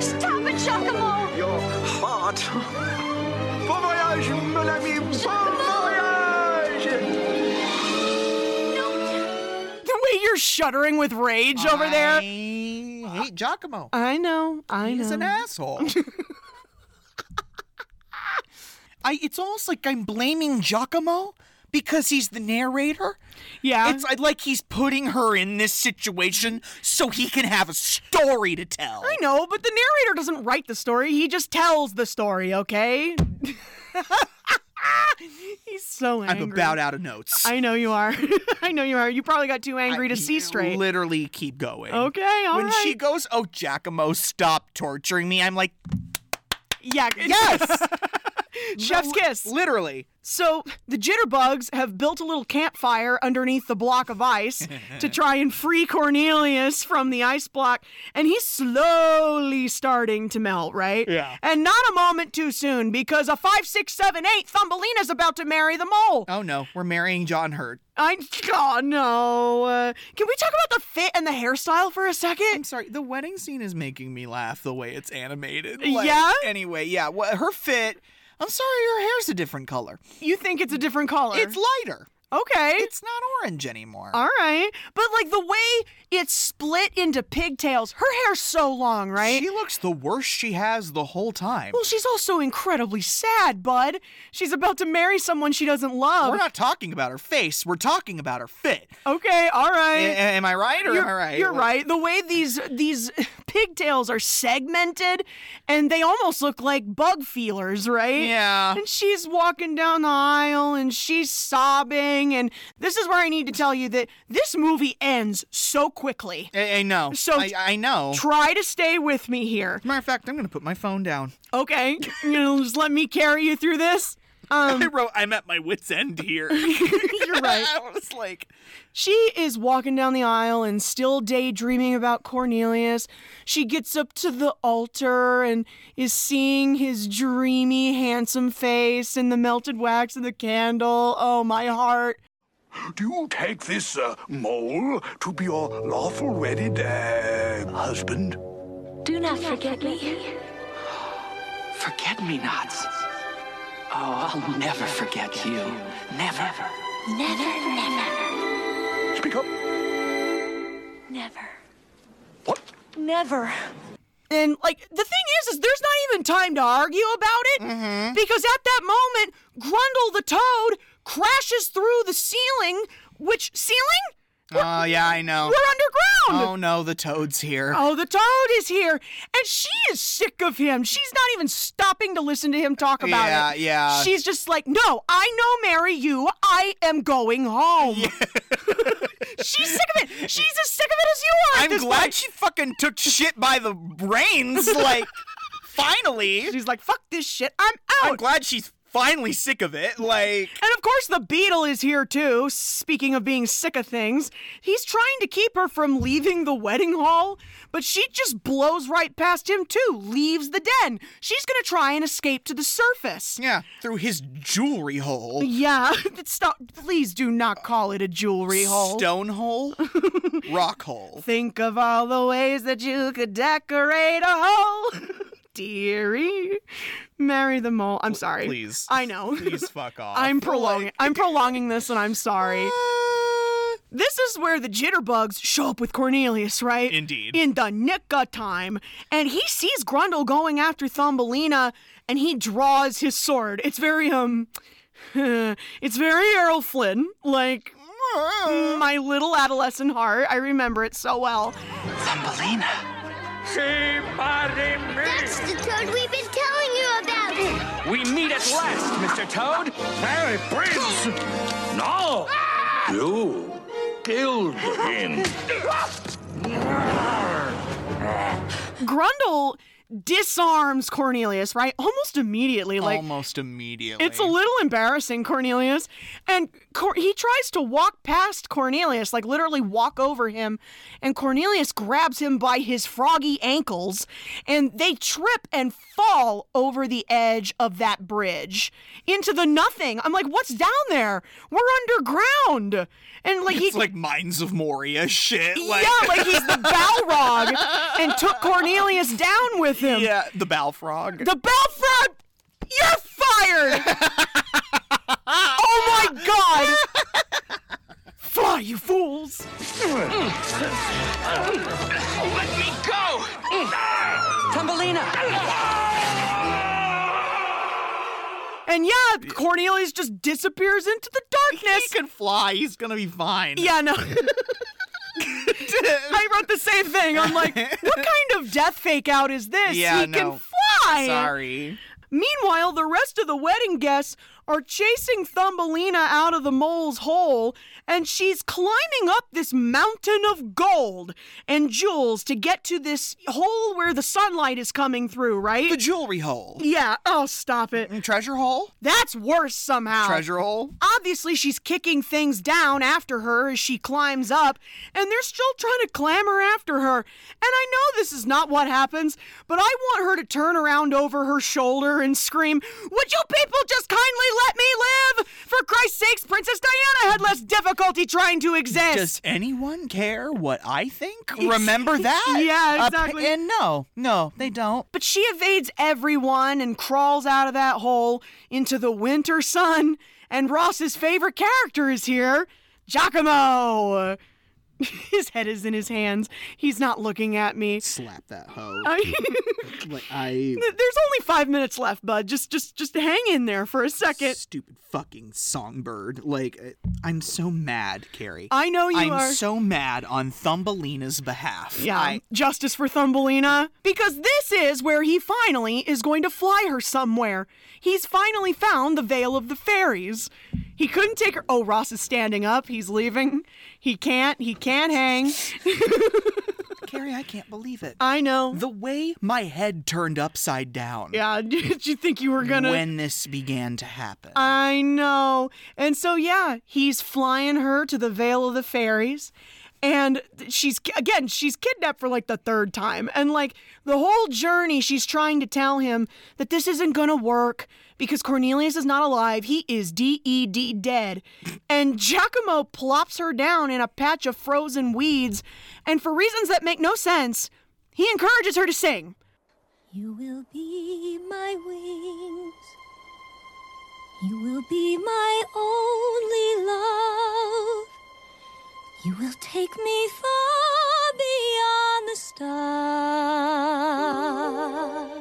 Stop it, Giacomo! Your heart. Bon voyage, mon ami. Bon voyage. The way you're shuddering with rage over there. I hate Giacomo. I know, I know. He's an asshole. [LAUGHS] I it's almost like I'm blaming Giacomo because he's the narrator. Yeah. It's I- like he's putting her in this situation so he can have a story to tell. I know, but the narrator doesn't write the story. He just tells the story, okay? [LAUGHS] He's so angry. I'm about out of notes. I know you are. [LAUGHS] I know you are. You probably got too angry to see straight. Literally keep going. Okay, all when she [LAUGHS] right. goes, "Oh Giacomo, stop torturing me." I'm like, yeah. Yes. Chef's kiss. "Oh, Literally. So the jitterbugs have built a little campfire underneath the block of ice to try and free Cornelius from the ice block, and he's slowly starting to melt, right? Yeah. And not a moment too soon, because a five, six, seven, eight Thumbelina's about to marry the mole. "Oh no, we're marrying John Hurt." I oh no. Uh, can we talk about the fit and the hairstyle for a I'm second? sorry. The wedding scene is making me laugh the way it's animated. Yeah? Anyway, yeah. Well, her fit. I'm sorry, her hair's a different color. You think it's a different color? It's lighter. okay. It's not orange anymore. all right, but like the way it's split into pigtails, her hair's so long, right? She looks the worst she has the whole time. Well, she's also incredibly sad, bud. She's about to marry someone she doesn't love. We're not talking about her face. We're talking about her fit. okay, all A- right. am I right or you're, am I eh, right? You're right. The way these these [LAUGHS] pigtails are segmented, and they almost look like bug feelers, right? Yeah. And she's walking down the aisle, and she's sobbing. And this is where I need to tell you that this movie ends so quickly. I, I know. So- I, I know. Try to stay with me here. [LAUGHS] Matter of fact, I'm gonna put my phone down. [LAUGHS] Okay, you know, just let me carry you through this. Um, I wrote, I'm at my wit's end here. [LAUGHS] You're [LAUGHS] right. I was like, She is walking down the aisle and still daydreaming about Cornelius. She gets up to the altar and is seeing his dreamy, handsome face and the melted wax of the candle. Oh, my heart. Do you take this uh, mole to be your lawful wedded uh, husband? Do not forget me. Forget me nots. Oh, I'll never forget you. Never. Never, never, Speak up. never. Never. And like the thing is, is there's not even time to argue about it Mm-hmm. because at that moment, Grundle the toad crashes through the ceiling. Which ceiling? Oh, yeah, I know. We're underground. Oh, no, the toad's here. Oh, the toad is here, and she is sick of him. She's not even stopping to listen to him talk about Yeah, it. yeah. She's just like, no, I know, marry you. I am going home. [LAUGHS] She's sick of it. She's as sick of it as you are. at I'm this glad point. she fucking took shit by [LAUGHS] the reins. Like, finally. She's like, fuck this shit. I'm out. I'm glad she's finally sick of it. Like, And of course, the beetle is here too. Speaking of being sick of things, he's trying to keep her from leaving the wedding hall, but she just blows right past him too, leaves the den. She's gonna try and escape to the surface. Yeah, through his jewelry hole. Yeah, [LAUGHS] stop. Please do not call it a jewelry hole. [LAUGHS] Stone hole? Rock hole. Think of all the ways that you could decorate a hole. [LAUGHS] Dearie, marry the mole. I'm sorry. please. I know. Please fuck off. I'm prolonging. I'm prolonging this, and I'm sorry. This is where the jitterbugs show up with Cornelius, right? Indeed. In the nick of time, and he sees Grundle going after Thumbelina, and he draws his sword. It's very um, [SIGHS] it's very Errol Flynn, like my little adolescent heart. I remember it so well. Thumbelina. She body That's the toad we've been telling you about. We meet at last, Mr. Toad. Harry Prince! No! You killed him. Grundle disarms Cornelius, right? Almost immediately, like Almost immediately. It's a little embarrassing, Cornelius. And Cor- he tries to walk past Cornelius, like literally walk over him. And Cornelius grabs him by his froggy ankles, and they trip and fall over the edge of that bridge into the nothing. I'm like, what's down there? We're underground. And like [LAUGHS] It's he. like Mines of Moria shit. Like, yeah, like he's the Balrog and took Cornelius down with him. Yeah, the The Balfrog. Belfrog, you're fired! [LAUGHS] oh my god! Fly, you fools! Let me go! Thumbelina. And yeah, Cornelius just disappears into the darkness. He can fly, he's gonna be fine. [LAUGHS] Yeah, no. [LAUGHS] I wrote the same thing. I'm like, what kind of death fake out is this? Yeah, he no. can fly! Sorry. Meanwhile, the rest of the wedding guests are chasing Thumbelina out of the mole's hole, and she's climbing up this mountain of gold and jewels to get to this hole where the sunlight is coming through, right? The jewelry hole. Yeah, oh, stop it. Treasure hole? That's worse somehow. Treasure hole? Obviously, she's kicking things down after her as she climbs up, and they're still trying to clamber after her. And I know this is not what happens, but I want her to turn around over her shoulder and scream, Would you people just kindly let me live? For Christ's sakes, Princess Diana had less difficulty trying to exist. Does anyone care what I [LAUGHS] think? Remember [LAUGHS] that? Yeah, Uh, exactly. and no, no, they don't. But she evades everyone and crawls out of that hole into the winter sun. And Ross's favorite character is here, Giacomo. [LAUGHS] His head is in his hands. He's not looking at me. Slap that [LAUGHS] hoe. like I. [LAUGHS] There's only five minutes left, bud. Just, just, just hang in there for a second. Stupid fucking songbird. Like, uh, I'm so mad, Carrie. I know you I'm are. so mad on Thumbelina's behalf. Yeah, I- justice for Thumbelina. Because this is where he finally is going to fly her somewhere. He's finally found the Vale of the Fairies. He couldn't take her. Oh, Ross is standing up. He's leaving. He can't. He can't hang. Carrie, I can't believe it. I know. The way my head turned upside down Yeah, [LAUGHS] did you think you were gonna? when this began to happen. I know. And so, yeah, he's flying her to the Vale of the Fairies. And she's, again, she's kidnapped for like the third time. And like the whole journey, she's trying to tell him that this isn't going to work because Cornelius is not alive. He is DED dead. And Giacomo plops her down in a patch of frozen weeds. And for reasons that make no sense, he encourages her to sing. You will be my wings. You will be my only love. You will take me far beyond the stars.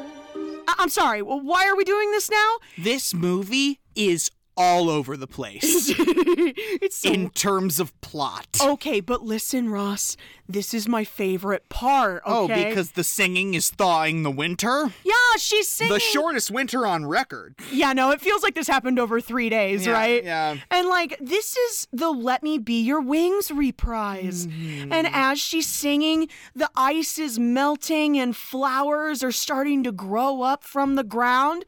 I- I'm sorry, why are we doing this now? This movie is all over the [LAUGHS] place. it's so in terms of plot. Okay, but listen, Ross. This is my favorite part. Oh, okay? because the singing is thawing the winter? yeah, she's singing. The shortest winter on record. Yeah, no, it feels like this happened over three days, Yeah, right? yeah. And like this is the "Let Me Be Your Wings" reprise, Mm-hmm. and as she's singing, the ice is melting and flowers are starting to grow up from the ground.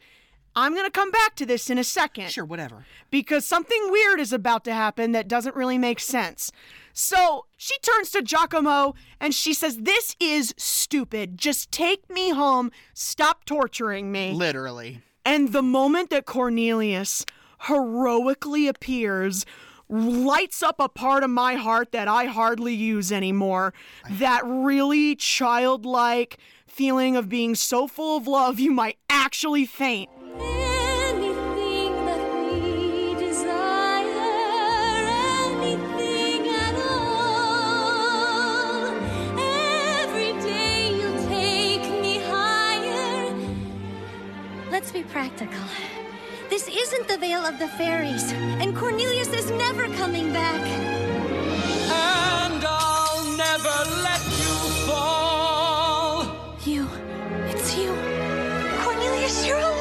I'm gonna come back to this in a second. Sure, whatever. because something weird is about to happen that doesn't really make sense. So she turns to Giacomo and she says, This is stupid. Just take me home. Stop torturing me. Literally. And the moment that Cornelius heroically appears, lights up a part of my heart that I hardly use anymore. That really childlike feeling of being so full of love you might actually faint. Anything that we desire, anything at all. Every day you take me higher. Let's be practical. This isn't the Vale of the Fairies, and Cornelius is never coming back. And I'll never let you fall. You. It's you. Cornelius, you're alive!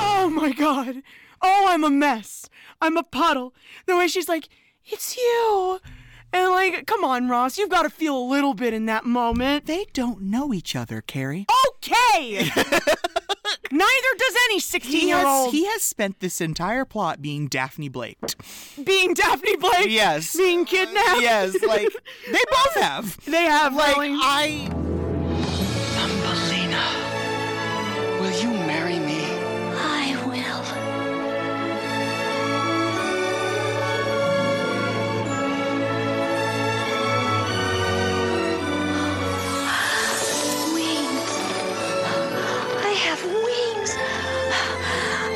Oh my god. Oh, I'm a mess. I'm a puddle. The way she's like, it's you. And like, come on, Ross, you've got to feel a little bit in that moment. They don't know each other, Carrie. [LAUGHS] Okay! Neither does any 16 He year has, old. he has spent this entire plot being Daphne [LAUGHS] Blaked. Being Daphne Blake? Yes. Being kidnapped? yes, like they both have. [LAUGHS] They have, Like really. I Will you marry me? I will. Wings. I have wings.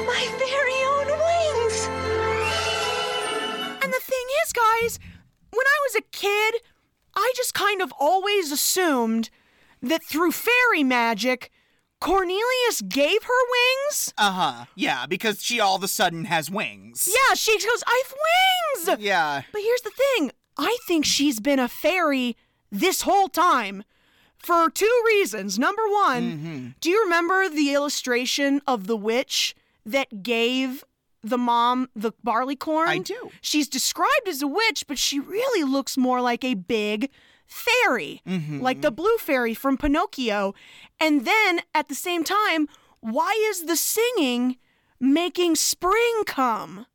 My very own wings. And the thing is, guys, when I was a kid, I just kind of always assumed that through fairy magic, Cornelius gave her wings. uh-huh. Yeah, because she all of a sudden has wings. Yeah, she goes, I've wings! Yeah. But here's the thing I think she's been a fairy this whole time for two reasons. Number one, Mm-hmm. do you remember the illustration of the witch that gave the mom the barley corn? I do. She's described as a witch, but she really looks more like a big fairy, Mm-hmm. like the blue fairy from Pinocchio. And then at the same time, why is the singing making spring come?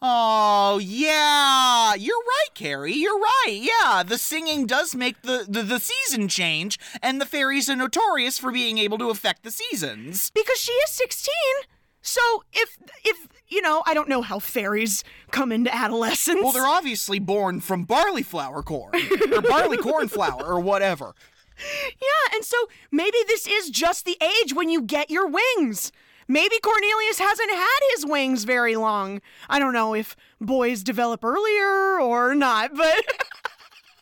Oh yeah, you're right, Carrie. You're right. Yeah, the singing does make the, the the season change, and the fairies are notorious for being able to affect the seasons. because she is 16 so if if you know i don't know how fairies come into adolescence Well, they're obviously born from barley flour corn or barley corn flour or whatever. [LAUGHS] yeah and so maybe this is just the age when you get your wings maybe cornelius hasn't had his wings very long i don't know if boys develop earlier or not but [LAUGHS]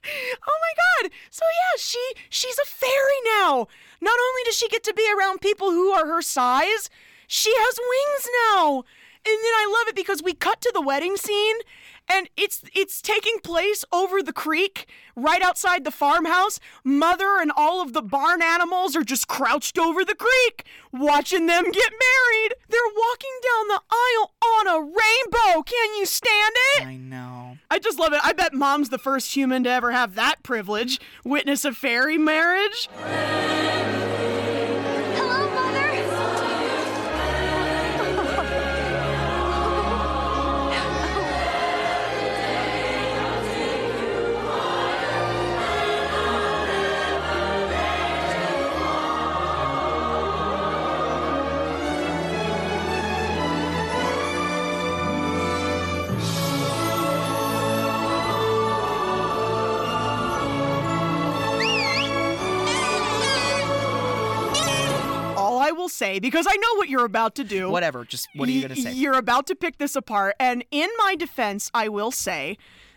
Oh my god. So yeah, she she's a fairy now. Not only does she get to be around people who are her size, she has wings now. And then I love it because we cut to the wedding scene and it's it's taking place over the creek right outside the farmhouse. Mother and all of the barn animals are just crouched over the creek watching them get married. They're walking down the aisle on a rainbow, can you stand it? I know. I just love it. I bet mom's the first human to ever have that privilege witness a fairy marriage. All I will say, because I know what you're about to do. Whatever, just what are you gonna say? You're about to pick this apart. And in my defense, I will say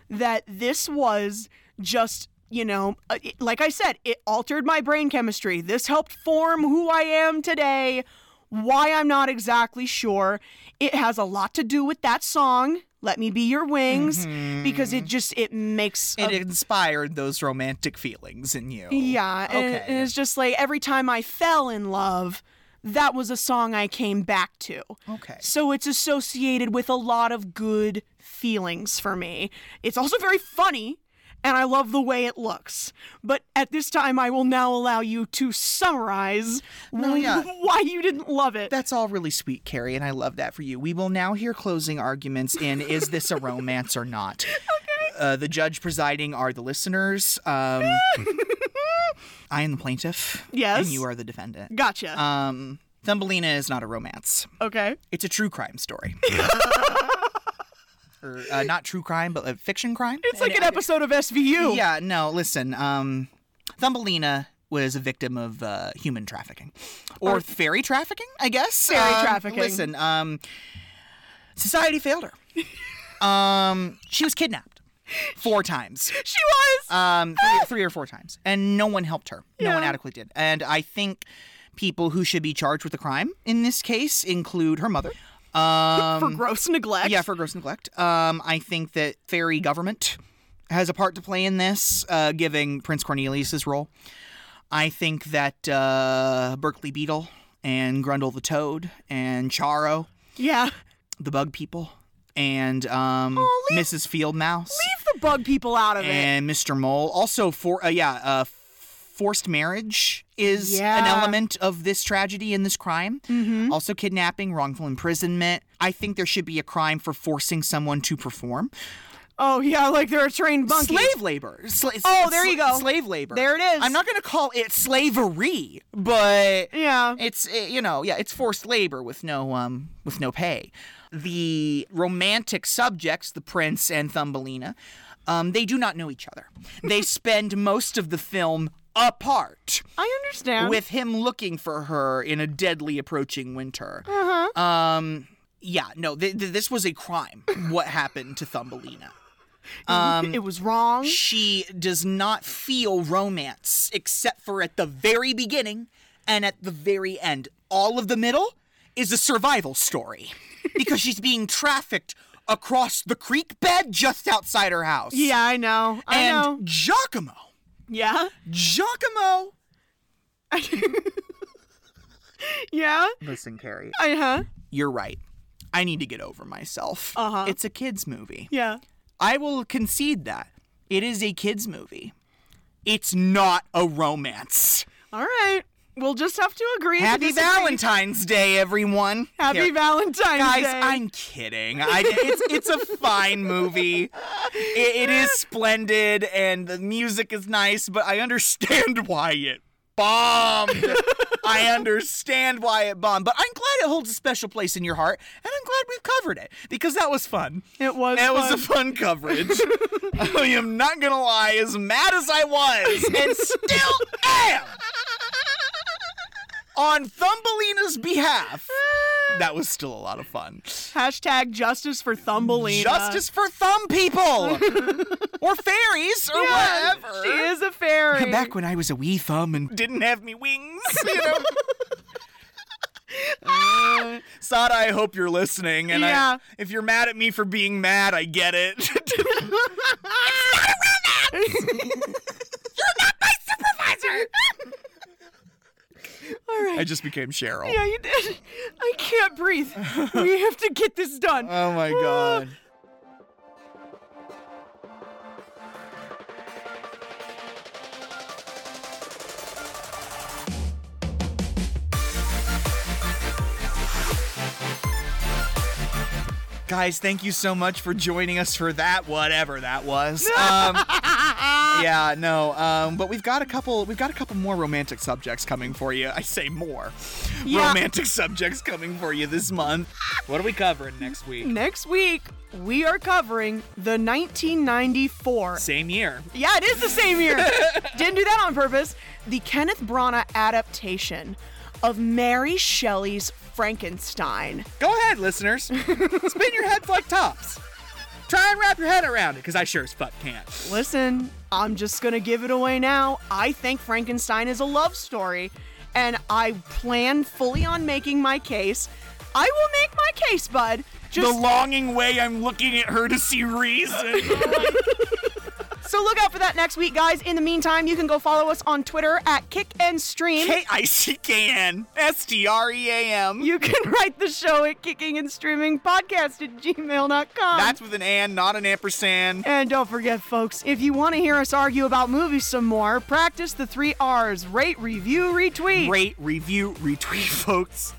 that this was just, you know, uh, it- like I said, it altered my brain chemistry. This helped form who I am today, why I'm not exactly sure. It has a lot to do with that song. Let me be your wings because it just it makes Mm-hmm. It a- inspired those romantic feelings in you. yeah, and, Okay. and it's just like every time I fell in love, that was a song I came back to. Okay. So it's associated with a lot of good feelings for me. It's also very funny, and I love the way it looks. But at this time, I will now allow you to [LAUGHS] summarize yeah. why you didn't love it. That's all really sweet, Carrie, and I love that for you. We will now hear closing arguments in Is This a Romance or Not? Okay. Uh, the judge presiding are the listeners. Um, I am the plaintiff. Yes. And you are the defendant. Gotcha. Um, Thumbelina is not a romance. Okay. It's a true crime story. or, uh, not true crime, but a fiction crime. It's like an episode of SVU. Yeah, no, listen. Um, Thumbelina was a victim of uh, human trafficking or Or- fairy trafficking, I guess. Fairy Um, trafficking. Listen, um, society [LAUGHS] failed her. um, she was kidnapped four times. She was. Um, three, three or four times, and no one helped her. No one Yeah. adequately did. And I think people who should be charged with the crime in this case include her mother. Um, For gross neglect. Yeah, for gross neglect. Um, I think that fairy government has a part to play in this, uh, giving Prince Cornelius his role. I think that uh, Berkeley Beetle and Grundle the Toad and Charo, [LAUGHS] yeah, the Bug People, and um, Mrs. Field Mouse Leave the bug people out of it. and Mr. Mole. Also, for uh, yeah, uh, forced marriage is an Yeah. Mm-hmm. element of this tragedy and this crime. Also, kidnapping, wrongful imprisonment. I think there should be a crime for forcing someone to perform. Oh yeah, like they're a trained monkey. Slave labor. Sla- oh, there you sla- go. Slave labor. There it is. I'm not gonna call it slavery, but yeah, it's uh, you know yeah, it's forced labor with no um with no pay. The romantic subjects, the prince and Thumbelina, um, they do not know each other. They spend most of the film apart, I understand. with him looking for her in a deadly approaching winter. Uh-huh. Um, yeah, no, th- th- this was a crime. what happened to Thumbelina? Um, it was wrong. She does not feel romance except for at the very beginning and at the very end. All of the middle is a survival [LAUGHS] story because she's being trafficked across the creek bed just outside her house. Yeah, I know. I and know. Giacomo. Yeah. Giacomo. [LAUGHS] Yeah. Listen, Carrie. Uh huh. You're right. I need to get over myself. Uh-huh. It's a kids movie. Yeah. I will concede that. It is a kids movie. It's not a romance. All right. We'll just have to agree. to Happy disagree. Valentine's Day, everyone. Happy Here- Valentine's Guys, Day. I'm kidding. I, it's, it's a fine movie. It, it is splendid and the music is nice, but I understand [LAUGHS] why it bombed. I understand why it bombed, but I'm glad it holds a special place in your heart, and I'm glad we've covered it because that was fun. It was. That was a [LAUGHS] fun coverage. I am not gonna lie, as mad as I was, and still am on Thumbelina's behalf. That was still a lot of fun. Hashtag justice for Thumbelina. Justice for thumb [LAUGHS] people or fairies or Yeah, whatever. She is a fairy. [LAUGHS] Back when I was a wee thumb and didn't have me [LAUGHS] wings, you know. [LAUGHS] Uh, Sada, I hope you're listening. And I- Yeah. if you're mad at me for being mad, I get it. [LAUGHS] You're not my supervisor. [LAUGHS] All right. I just became Cheryl. Yeah, you did. I can't [LAUGHS] breathe. we have to get this done. Oh my god. Guys, thank you so much for joining us for that, whatever that was. Um, yeah, no, um, but we've got a couple. We've got a couple more romantic subjects coming for you. I say more Yeah. romantic subjects coming for you this month. What are we covering next week? Next week, we are covering the 1994. Same year. Yeah, it is the same [LAUGHS] year. Didn't do that on purpose. The Kenneth Branagh adaptation of Mary Shelley's Frankenstein. Go ahead, listeners. Spin your heads like tops. Try and wrap your head around it, because I sure as fuck can't. Listen, I'm just going to give it away now. I think Frankenstein is a love story, and I plan fully on making my case. I will make my case, bud. Just the longing way I'm looking at her to [LAUGHS] see reason. So look out for that next week, guys. In the meantime, you can go follow us on Twitter at Kick and Stream. K I C K N S T R E A M. You can [LAUGHS] write the show at kicking and streaming podcast at gmail.com. That's with an and, not an ampersand. and don't forget, folks, if you want to hear us argue about movies some more, practice the three R's rate, review, retweet. Rate, review, retweet, [LAUGHS] folks.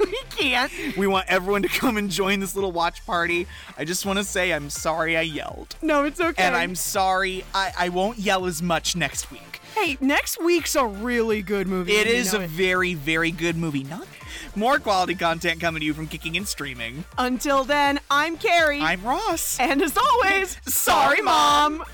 we can't. We want everyone to come and join this little watch party. I just want to say I'm sorry I yelled. No, it's okay. And I'm sorry I, I won't yell as much next week. Hey, next week's a really good movie. It and you is know a very, very good movie. Not more quality content coming to you from kicking and streaming. Until then, I'm Carrie. I'm Ross. [LAUGHS] And as always, Sorry, Mom.